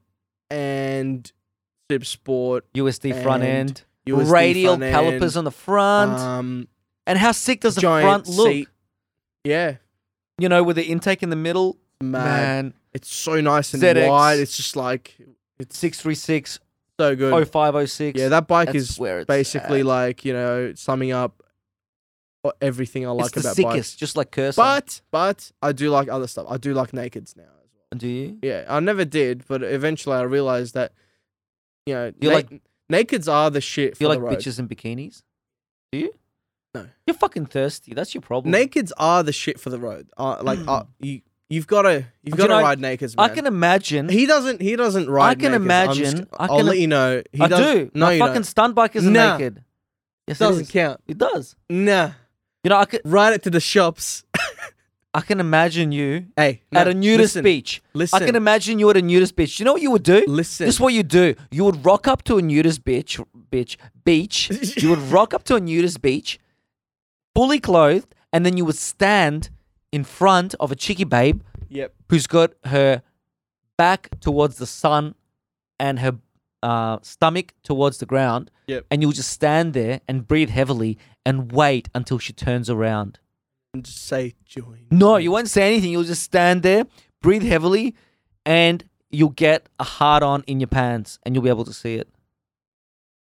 and Sib Sport, USD front And end, USD radial front calipers end, on the front. um, and how sick does the giant front look? seat. Yeah, You know, with the intake in the middle. man, Man. it's so nice and ZX. wide. It's just like it's 636, so good. 0506. yeah, that bike that's is where it's basically at. like you know summing up o- everything I like it's the about sickest, bikes. just like Cursor. But but I do like other stuff. I do like nakeds now. Do you? Yeah, I never did, but eventually I realized that you know You na- like- nakeds are the shit for You like the road. bitches in bikinis? Do you? No. You're fucking thirsty. That's your problem. Nakeds are the shit for the road. Uh, like uh, you you've got to you've Do got you to know, ride nakeds. I Man. can imagine. Hmm? He doesn't. He doesn't ride. can naked. I'm imagine- just- I I'll can- let you know. He I does, do. No, My you fucking don't. stunt bike isn't Nah. naked. Yes, it doesn't is. count. It does. Nah, You know, I could. ride it to the shops. I can imagine you Hey, at no, a nudist listen, beach. I listen. can imagine you at a nudist beach. You know what you would do? Listen. This is what you do. You would rock up to a nudist beach, bitch, beach. you would rock up to a nudist beach, fully clothed, and then you would stand in front of a cheeky babe Yep. who's got her back towards the sun and her uh, stomach towards the ground. Yep. And you'll just stand there and breathe heavily and wait until she turns around. And just say join. No, you won't say anything. You'll just stand there, breathe heavily, and you'll get a hard on in your pants and you'll be able to see it.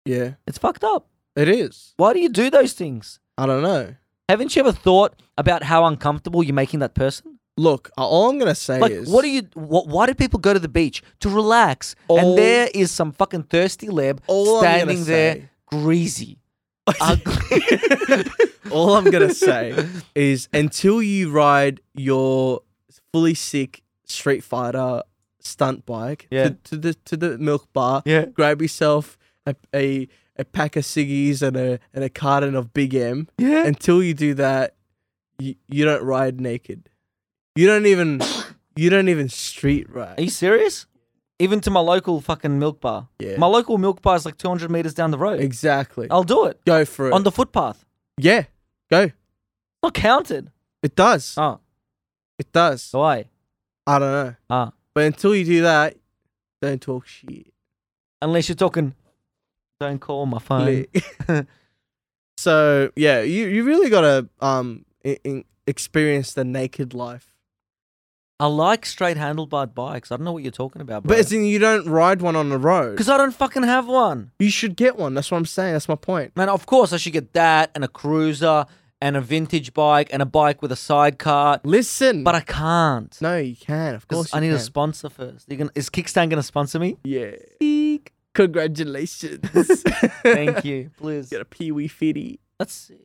Yeah. It's fucked up. It is. Why do you do those things? I don't know. Haven't you ever thought about how uncomfortable you're making that person? Look, uh, all I'm gonna say Like, is what do you? Wh- why do people go to the beach to relax? All- and there is some fucking thirsty leb All I'm gonna standing there, say- greasy, ugly. all I'm gonna say is until you ride your fully sick Street Fighter stunt bike Yeah. to, to the to the milk bar, Yeah. grab yourself a, a a pack of ciggies and a and a carton of Big M. Yeah. Until you do that, you, you don't ride naked. You don't even you don't even street ride. Are you serious? Even to my local fucking milk bar. Yeah. My local milk bar is like 200 meters down the road. exactly. I'll do it go for it. Oh. on the footpath. yeah, go. Not counted. It does. Oh, It does. why? I don't know. Ah, But until you do that, don't talk shit. unless you're talking. Don't call my phone. Lit. so yeah, you, you really gotta um i in, experience the naked life. I like straight handlebar bikes. I don't know what you're talking about, bro. But as in you don't ride one on the road. because I don't fucking have one, You should get one. That's what I'm saying. That's my point. man. Of course, I should get that and a cruiser and a vintage bike and a bike with a sidecar, Listen, but I can't. no, you can. Of 'Cause course, I need you a can. sponsor first. You gonna, is Kickstand gonna sponsor me? Yeah. Eek. Congratulations. Thank you, please. Get a pee wee fitty. That's sick.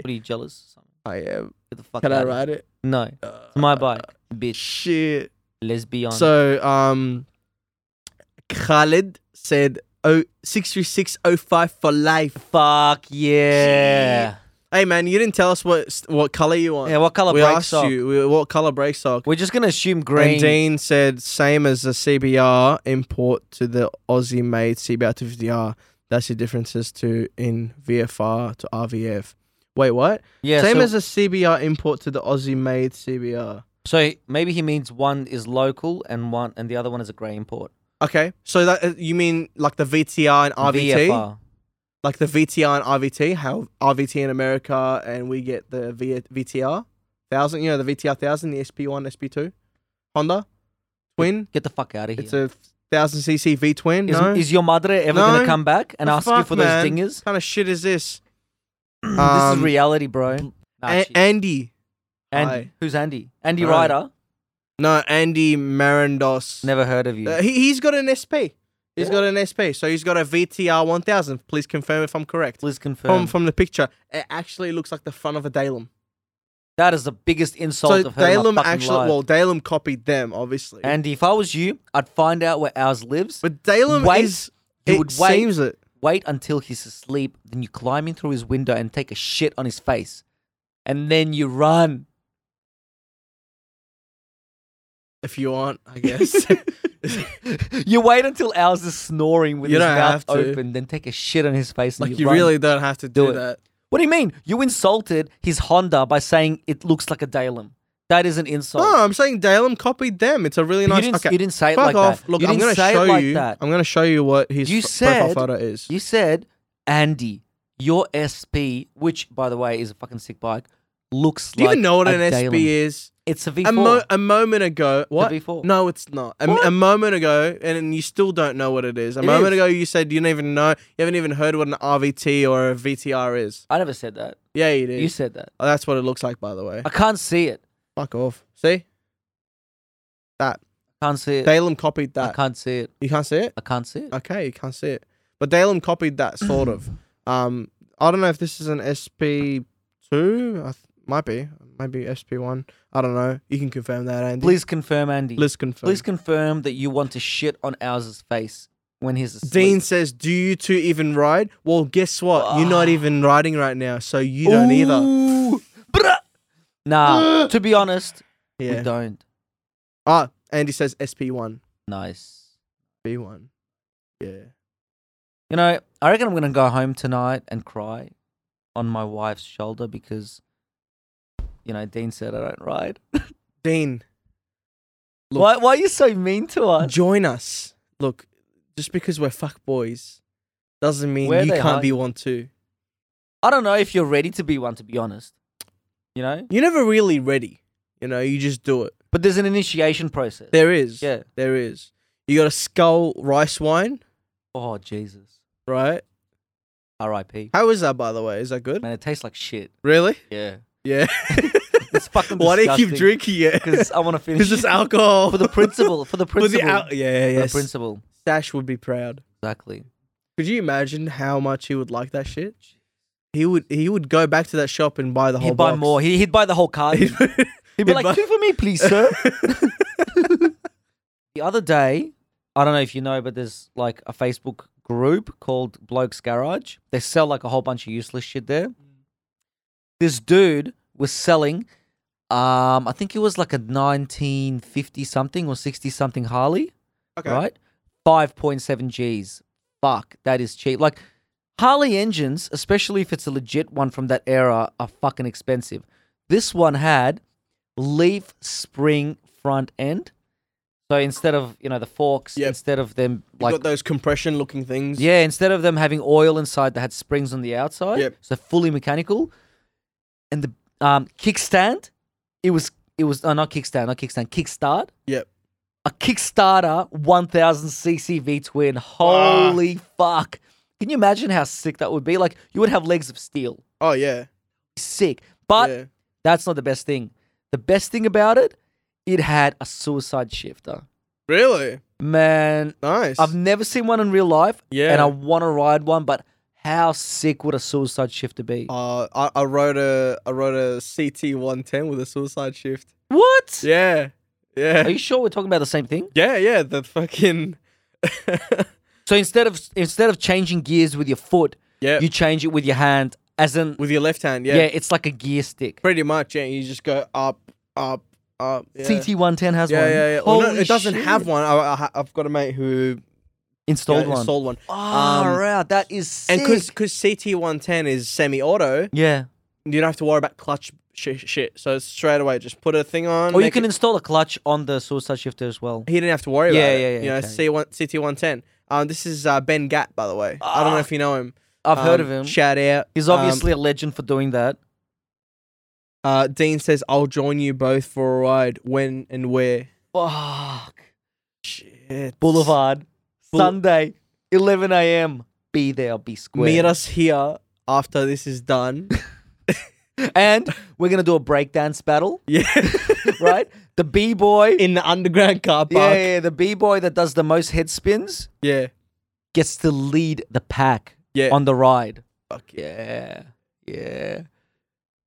What are you jealous? Or something? I am. Get the fuck Can I outta here. ride it? No, Uh, it's my bike, bitch. shit. Lesbian. So um, Khalid said. Oh, 63605 for life. fuck yeah. Hey man, you didn't tell us what what color you want. Yeah, what color we brake asked sock? you we- what color brake sock. We're just gonna assume green. And Dean said same as the CBR import to the Aussie made CBR 250R. That's the differences to in VFR to RVF. Wait, what? yeah, same so, as the CBR import to the Aussie made CBR. so maybe he means one is local and one and the other one is a grey import. Okay, so that uh, you mean like the VTR and RVT, VFR. like the VTR and RVT, how RVT in America and we get the v- VTR thousand, you know the VTR thousand, the SP one, SP two, Honda, twin. Get the fuck out of here. It's a thousand cc V twin. is, No, is your madre ever No. gonna come back and The ask you fuck, for man? those dingers? kind of shit is this? this is Um, reality, bro. Nah, A- shit. Andy. Andy, Hi. who's Andy? Andy Hi. Ryder. No, Andy Marandos. Never heard of you. Uh, he he's got an SP. He's got an SP. So he's got a VTR one thousand. Please confirm if I'm correct. Please confirm. From from the picture, it actually looks like the front of a Dalem. that is the biggest insult so of her Dalem actually, actually, well, Dalem copied them obviously. Andy, if I was you, I'd find out where ours lives. but Dalem Wait, is you it would wait. seems it. wait until he's asleep, then you climb in through his window and take a shit on his face. And then you run. If you want, I guess. You wait until ours is snoring with You his don't mouth have to. open, then take a shit on his face. And like you, you run. really don't have to do, Do it. that. What do you mean? You insulted his Honda by saying it looks like a Dalem. That is an insult. No, I'm saying Dalem copied them. It's a really But nice. you, didn't, okay. you didn't say it Fuck like off. that. Look, you I'm didn't gonna say show it like you. that. I'm gonna show you what his You f- profile said- photo is. You said, Andy, your SP, which by the way is a fucking sick bike, looks Do you like even know what a an SB Dalem. is? It's a V4. A, mo- a moment ago, what? V4. No, it's not. A, What? a moment ago, and, and you still don't know what it is. A It moment is. ago, you said you don't even know. You haven't even heard what an RVT or a VTR is. I never said that. Yeah, you did. You said that. oh, that's what it looks like, by the way. I can't see it. Fuck off. See that Can't see it. Dalem copied I that. can't see it. You can't see it. I can't see it. Okay, you can't see it. But Dalem copied that sort of. Um, I don't know if this is an SP two. I th- might be, might be SP one. I don't know. You can confirm that, Andy. Please confirm, Andy. Please confirm. Please confirm that you want to shit on Ows's face when he's asleep. Dean says, "Do you two even ride?" Ah. Well, guess what? You're not even riding right now, so you don't either. Ooh, bruh. Nah, to be honest, we Yeah. don't. Ah, Andy says SP1. Nice. B1. Yeah. You know, I reckon I'm gonna go home tonight and cry on my wife's shoulder because, you know, Dean said I don't ride. Dean, Look- why? Why are you so mean to us? join us. Look, just because we're fuck boys doesn't mean Where you they can't hide. be one too. I don't know if you're ready to be one, to be honest. You know, You're never really ready. You know, you just do it. but there's an initiation process. There is. Yeah. There is. You got a skull rice wine, Oh Jesus. right? R.I.P. How is that, by the way? Is that good? Man, it tastes like shit. Really? Yeah. Yeah. It's fucking. Why do you keep disgusting drinking it? Because I want to finish. It's just alcohol. for the principle. For the For principle. the al- yeah, yeah, for the yeah. principle. Stash would be proud. Exactly. Could you imagine how much he would like that shit? He would he would go back to that shop and buy the whole He'd buy box. more. He- He'd buy the whole carton. He'd be He'd like, buy- two for me, please, sir. the other day, I don't know if you know, but there's like a Facebook group called Blokes Garage. They sell like a whole bunch of useless shit there. This dude was selling, um, I think it was like a 1950 something or 60 something Harley, okay. right? 5.7 G's. Fuck, that is cheap. Like, Harley engines, especially if it's a legit one from that era, are fucking expensive. This one had leaf spring front end. So instead of, you know, the forks, Yep. instead of them You like got those compression looking things. yeah, instead of them having oil inside, they had springs on the outside. Yep. So fully mechanical. And the um, kickstand, it was it was oh, not kickstand, not kickstand, kickstart. Yep. A Kickstarter 1000 cc V twin. Holy Ah. fuck! Can you imagine how sick that would be? Like you would have legs of steel. Oh yeah. Sick. But yeah. that's not the best thing. The best thing about it, it had a suicide shifter. Really? Man, Nice. I've never seen one in real life. Yeah. And I want to ride one, but how sick would a suicide shifter be? uh, I, I rode a I rode a CT one ten with a suicide shift. what? Yeah, Are yeah, you sure we're talking about the same thing? yeah, yeah. The fucking So instead of instead of changing gears with your foot, yeah you change it with your hand. As in, with your left hand. yeah, Yeah, it's like a gear stick. pretty much. Yeah, you just go up, up, up. Yeah. CT110 has Yeah, one. yeah, yeah. Well, no, Holy it doesn't shit. have one. I, I, ha- I've got a mate who installed yeah, one. installed one. Oh, Um, right, that is And sick. because CT one ten is semi auto, yeah, you don't have to worry about clutch sh- shit. So straight away, just put a thing on. or you make can it- install a clutch on the suicide shifter as well. he didn't have to worry Yeah, about it. yeah, yeah, You know, okay. C one CT one ten. Um, this is uh, Ben Gatt, by the way. I don't know if you know him. Ah, I've heard Um, of him. Shout out. He's Um, obviously a legend for doing that. uh, Dean says, "I'll join you both for a ride when and where." Fuck. Shit. Boulevard, Boule- Sunday, 11 a.m. Be there, be square. Meet us here after this is done. And we're going to do a breakdance battle, yeah. right? the B boy. In the underground car Yeah, park. yeah, yeah, the B boy that does the most head spins Yeah. gets to lead the pack Yeah. on the ride. Fuck yeah. Yeah. Yeah.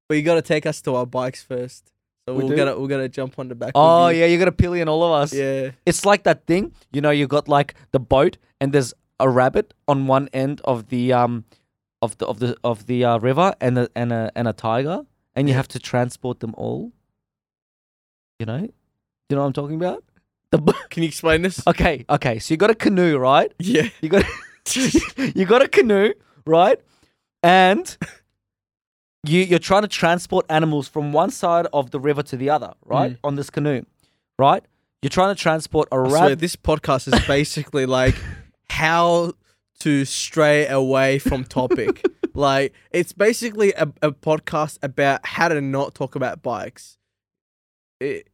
But you gotta take us to our bikes first. So We we do? are gonna we're gonna jump on the back. Oh, with you. yeah, you're going to pillion all of us. Yeah. It's like that thing, you know, you got like the boat and there's a rabbit on one end of the um of the of the of the uh, river and a and a and a tiger and you have to transport them all. You know? You know what I'm talking about? The bo- Can you explain this? Okay, okay. So you got a canoe, right? yeah. You got you got a canoe, right? And you you're trying to transport animals from one side of the river to the other, right? On this canoe, right? You're trying to transport a Mm. I swear, rabbit. this podcast is basically like how to stray away from topic. like it's basically a, a podcast about how to not talk about bikes. It,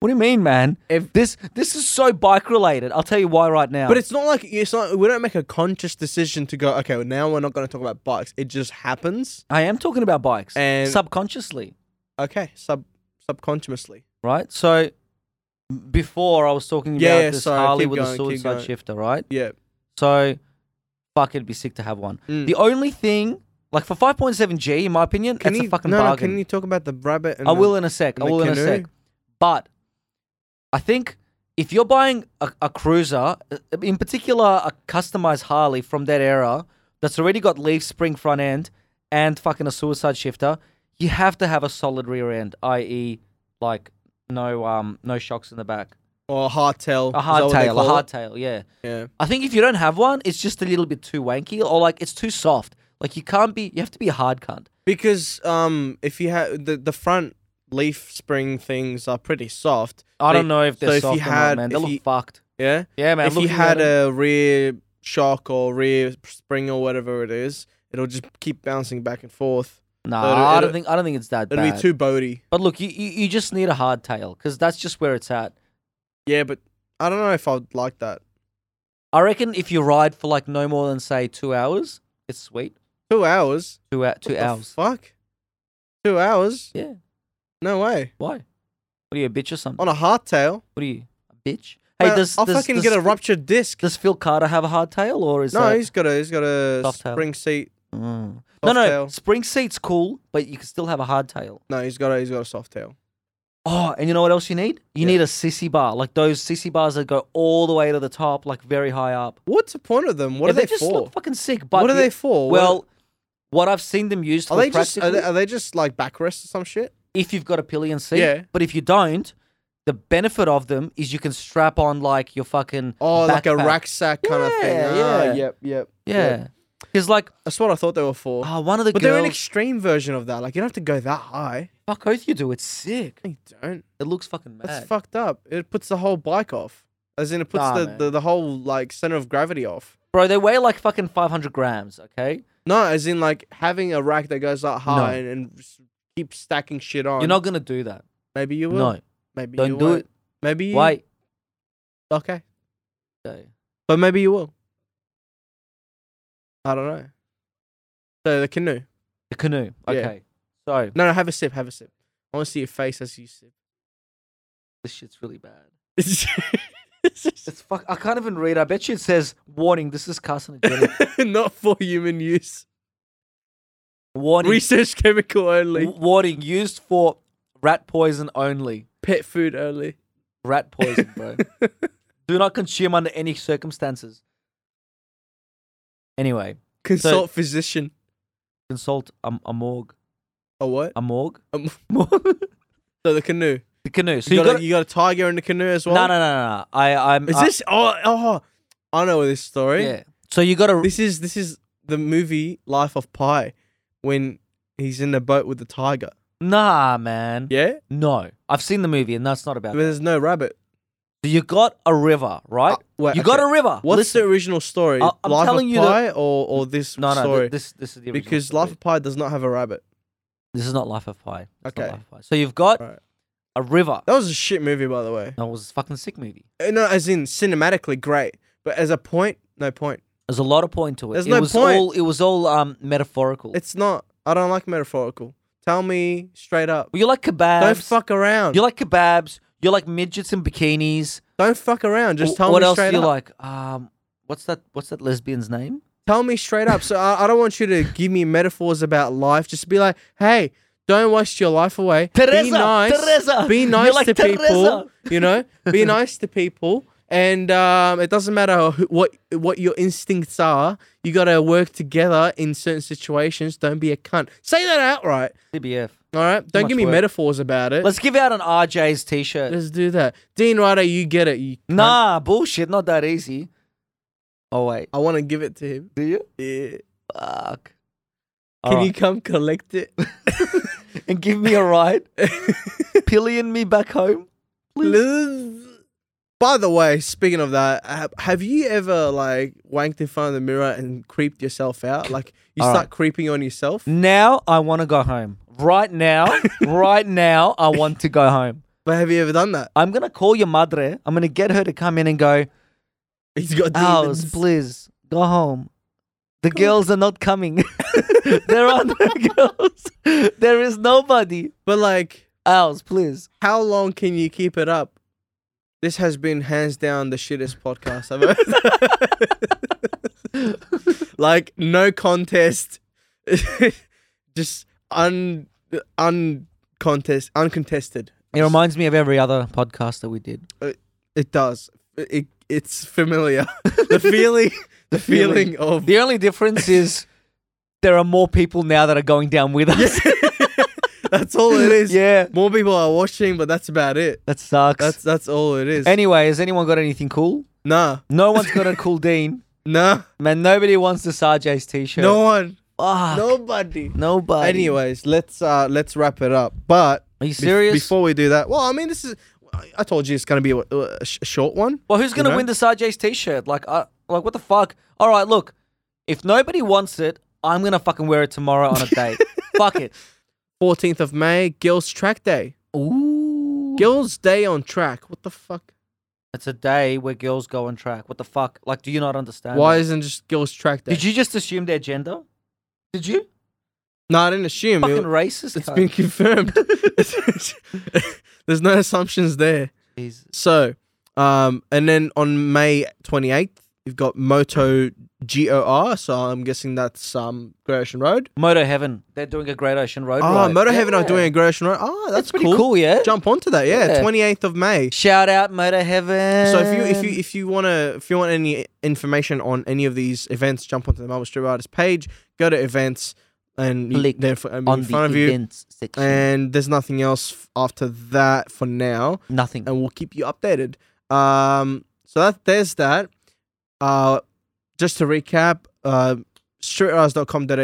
What do you mean, man? If- this this is so bike related, I'll tell you why right now. but it's not like it's not. We don't make a conscious decision to go. Okay, well, now we're not going to talk about bikes. It just happens. I am talking about bikes And- subconsciously, Okay, sub subconsciously. right? So before I was talking about Yeah, yeah, this sorry, Harley keep with a going, keep suicide going. shifter, right? Yeah. So fuck, it'd be sick to have one. Mm. The only thing, like for 5.7 G, in my opinion, Can it's you a fucking no, no, bargain. Can you talk about the rabbit? And I the- will in a sec. I and the will in a canoe? sec. But I think if you're buying a, a cruiser, uh, in particular a customized Harley from that era that's already got leaf spring front end and fucking a suicide shifter, you have to have a solid rear end, i.e., like no um no shocks in the back, Or hardtail. a hard tail, a hard tail. Yeah, Yeah. I think if you don't have one, it's just a little bit too wanky or like it's too soft. Like you can't be, you have to be a hard cunt. Because um, if you have the the front leaf spring things are pretty soft. I They- don't know if they're so if soft you or had- not, man. They if look you- fucked. Yeah. Yeah, man. if you looking had at it- a rear shock or rear spring or whatever it is, it'll just keep bouncing back and forth. nah, it'll- I it'll- don't think I don't think it's that It'll bad. be too boaty. but look, you, you you just need a hard tail because that's just where it's at. Yeah, but I don't know if I'd like that. I reckon if you ride for like no more than say two hours, it's sweet. Two hours. Two out two What the hours. fuck. Two hours. Yeah. No way. Why? What are you a bitch or something? On a hardtail. What are you a bitch? Man, I'll fucking get a Phil- ruptured disc. Does Phil Carter have a hard tail or is No, that? he's got a he's got a Soft tail. spring seat. Mm. No, Soft no. tail. Spring seat's cool, but you can still have a hard tail. No, he's got a he's got a soft tail. Oh, and you know what else you need? You need a sissy bar, like those sissy bars that go all the way to the top, like very high up. What's the point of them? What Yeah, are they, just for? Look fucking sick. But what are you- they for? What- Well, what I've seen them used are for they just are practically- they, are they just like backrests or some shit? if you've got a pillion seat. Yeah. But if you don't, the benefit of them is you can strap on like your fucking Oh, like a backpack. rucksack kind of thing. Yeah, Ah, yeah. yep, yep. Yeah. Because like That's what I thought they were for. oh, one of the but they're girls an extreme version of that. Like you don't have to go that high. fuck oath you do, it's sick. No, you don't. It looks fucking mad. That's fucked up. It puts the whole bike off. As in, it puts Nah, the, man. the the whole like center of gravity off. Bro, they weigh like fucking five hundred grams, okay? No, as in like having a rack that goes that high No. and, and s- keep stacking shit on. You're not gonna do that. Maybe you will. No. Maybe Don't you do won't. it. Maybe you, Wait. Okay, Okay. but maybe you will. I don't know. So the canoe. The canoe. Yeah. Okay. So No, no. Have a sip. Have a sip. I want to see your face as you sip. this shit's really bad. It's fuck I can't even read. I bet you it says warning, this is carcinogenic. not for human use. warning Research chemical only. w- warning used for rat poison only. Pet food only. Rat poison, bro. Do not consume under any circumstances. Anyway, Consult physician. consult a, a morgue. A what? A morgue? A m- the So the canoe. canoe. Um, So You, you, got, got a, you got a tiger in the canoe as No, well. no, no, no, no. I, I'm. Is I- this? Oh, oh, I know this story. Uh, Yeah. So you got to. This is this is the movie Life of Pi, when he's in the boat with the tiger. Nah, man. Yeah, No, I've seen the movie, and that's not about. but it. there's no rabbit. So you got a river, right? Uh, wait, you got okay. a river. What's Listen. the original story? I- I'm Life telling of you the- Pi or or this No, no. th- story? This, this is the original because story. Life of Pi does not have a rabbit. This is not Life of Pi. It's not Okay. Life of Pi. So you've got Right. a river. That was a shit movie, by the way. That was a fucking sick movie. Uh, No, as in cinematically great, but as a point, no point. There's a lot of point to it. There's it no was point. all it was all um metaphorical. It's not. I don't like metaphorical. Tell me straight up. well, you like kebabs. Don't fuck around. You like kebabs. You like midgets in bikinis. Don't fuck around. Just Wh- tell what me else straight do you up. like? Um, what's that? What's that lesbian's name? Tell me straight up. So I, I don't want you to give me metaphors about life. Just be like, hey, don't waste your life away. be Teresa, nice. Teresa. Be You're nice like to Teresa. people. You know, be nice to people. And um, it doesn't matter who, what what your instincts are. You gotta work together in certain situations. Don't be a cunt. Say that outright. CBF. All right. Don't much give me work. metaphors about it. Let's give out an RJ's t-shirt. Let's do that. Dean Ryder, you get it. You cunt. Nah, bullshit. Not that easy. Oh wait, I want to give it to him. do you? Yeah. Fuck. Can Alright. you come collect it? and give me a ride? Pillion me back home. By the way, speaking of that, ha- have you ever like wanked in front of the mirror and creeped yourself out? Like you All start right. creeping on yourself. Now I want to go home. Right now, right now, I want to go home. But have you ever done that? I'm gonna call your madre. I'm gonna get her to come in and go. He's got Ours, demons. please go home. The girls are not coming. there are no girls. There is nobody. But like, Ours, please. how long can you keep it up? This has been hands down the shittest podcast I've ever. like no contest, just un un contest uncontested. It reminds me of every other podcast that we did. It does. It, it- it's familiar. the feeling, the feeling of The only difference is there are more people now that are going down with us. That's all it is. Yeah. More people are watching, but that's about it. That sucks. That's that's all it is. anyway, has anyone got anything cool? nah, No one's got a cool Dean. nah, Man, nobody wants the Sarjay's t-shirt. no one, Fuck. nobody. Nobody. Anyways, let's uh let's wrap it up. But Are you bef- serious? before we do that, well, I mean, this is. I- I told you it's gonna be a, a sh- a short one. Well, who's gonna know? win the Sarjay's t-shirt? Like, uh, like what the fuck? All right, look, if nobody wants it, I'm gonna fucking wear it tomorrow on a date. fuck it. 14th of May, Gil's Track Day. Ooh. Gil's Day on Track. What the fuck? It's a day where girls go on track. What the fuck? Like, do you not understand? Why that? isn't it just Gil's Track Day? Did you just assume their gender? Did you? no, I didn't assume. Fucking It, racist. it's cunt. been confirmed. There's no assumptions there. Jesus. So, um, and then on May 28th, you've got Moto GOR. So I'm guessing that's um, Great Ocean Road. Moto Heaven. They're doing a Great Ocean Road. Oh, ride. Moto Heaven are Yeah. doing a Great Ocean Road. Oh, that's That's pretty cool, yeah. Jump onto that, yeah. Yeah. 28th of May. Shout out Moto Heaven. So if you if you if you wanna if you want any information on any of these events, jump onto the Melbourne Strip Artist page, go to events, and you, Click they're f- I mean, on in front of the you. eh, events section, And there's nothing else f- after that for now. nothing. and we'll keep you updated. Um, so that there's that. Uh, just to recap, uh, streetrise.com.au,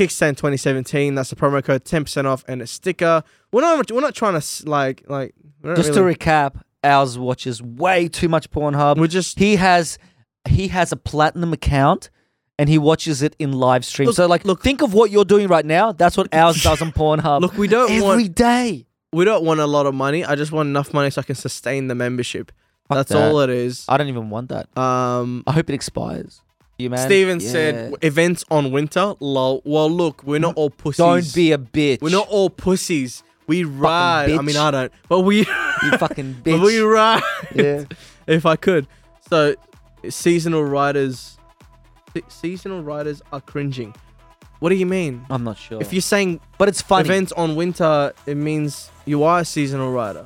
Kickstand 2017. That's the promo code, 10% off, and a sticker. We're not we're not trying to s- like like we're not Just really- to recap, ours watches way too much Pornhub. We're just- he has he has a platinum account and he watches it in live stream. Look- so like, look- think of what you're doing right now. That's what ours does on Pornhub. Look, we don't every want- day. we don't want a lot of money. I just want enough money so I can sustain the membership. Fuck That's that. Uh, all it is. I don't even want that. Um, I hope it expires. You man. Steven Yeah. said events on winter. Lol. Well, look, we're not all pussies. "Don't be a bitch." We're not all pussies. We ride. I mean, bitch. I don't, but we. you fucking But bitch. we ride. Yeah. if I could. So, seasonal riders, se- seasonal riders are cringing. What do you mean? I'm not sure. If you're saying but it's Oh. funny. events on winter, it means you are a seasonal rider.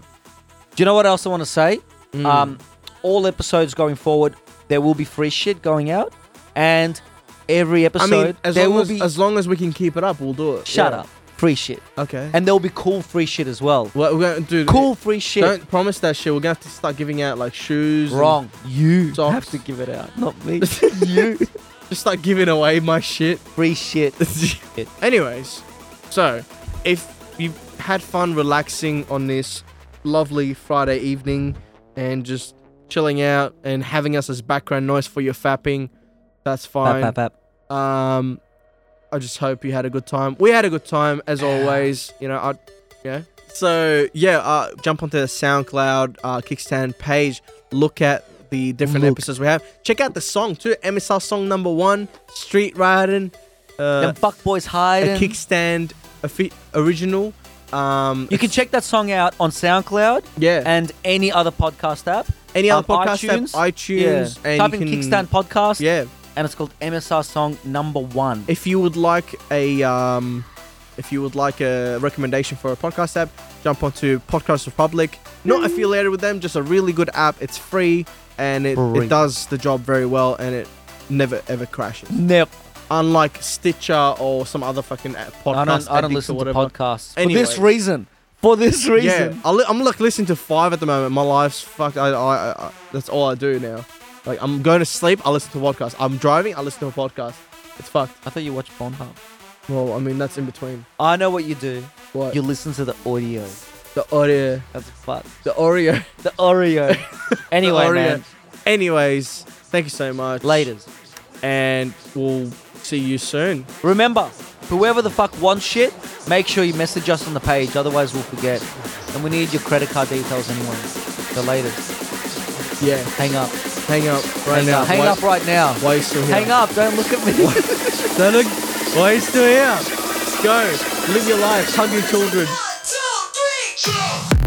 Do you know what else I want to say? Mm. Um, all episodes going forward, there will be free shit going out, and every I episode mean, as there long will as, be as long as we can keep it up, we'll do it. shut Yeah. up free shit, Okay. and there will be cool free shit as well. well, we're gonna do Cool free shit. Don't promise that shit. We're gonna have to start giving out like shoes. and Wrong. You Socks. have to give it out, not me. you Just start giving away my shit. free shit. Anyways, so if you've had fun relaxing on this lovely Friday evening and just chilling out and having us as background noise for your fapping, that's fine. Bap, bap, bap. Um, I just hope you had a good time. We had a good time as always. You know, I yeah. So yeah, uh, jump onto the SoundCloud uh, Kickstand page. Look at the different Look. episodes we have. Check out the song too. MSR song number one, Street Riding. Uh, Them fuck boys a hiding. kickstand a fi- original. Um, You can check that song out on SoundCloud yeah, and any other podcast app. any other um, podcast app, iTunes? iTunes, yeah. and Type you in can- Kickstand Podcast, Yeah, and it's called MSR Song Number One. if you would like a um, if you would like a recommendation for a podcast app, jump onto Podcast Republic. Mm. Not affiliated with them, just a really good app. It's free and it, Free. it does the job very well, and it never ever crashes. Nip. Unlike Stitcher or some other fucking app, podcast. I don't, I don't addict or listen to whatever. podcasts. For Anyways. this reason. For this reason. Yeah, I li- I'm like listening to five at the moment. My life's fucked. I, I, I, I- that's all I do now. Like I'm going to sleep. I listen to podcasts. I'm driving. I listen to a podcast. It's fucked. I thought you watched Pornhub. Well, I mean that's in between. I know what you do. What You listen to the audio. the Oreo, That's fuck. the Oreo. The Oreo. anyway, Oreo. man. Anyways, thank you so much. Laters. and we'll see you soon. Remember, whoever the fuck wants shit, make sure you message us on the page. Otherwise, we'll forget. And we need your credit card details anyway. The latest. Yeah, Hang up. hang up right Hang now. up. Hang why, up right now. Why are you still here? Hang up. Don't look at me. Don't look. Why are you still here? Go. Live your life. Hug your children. One, two, three, jump.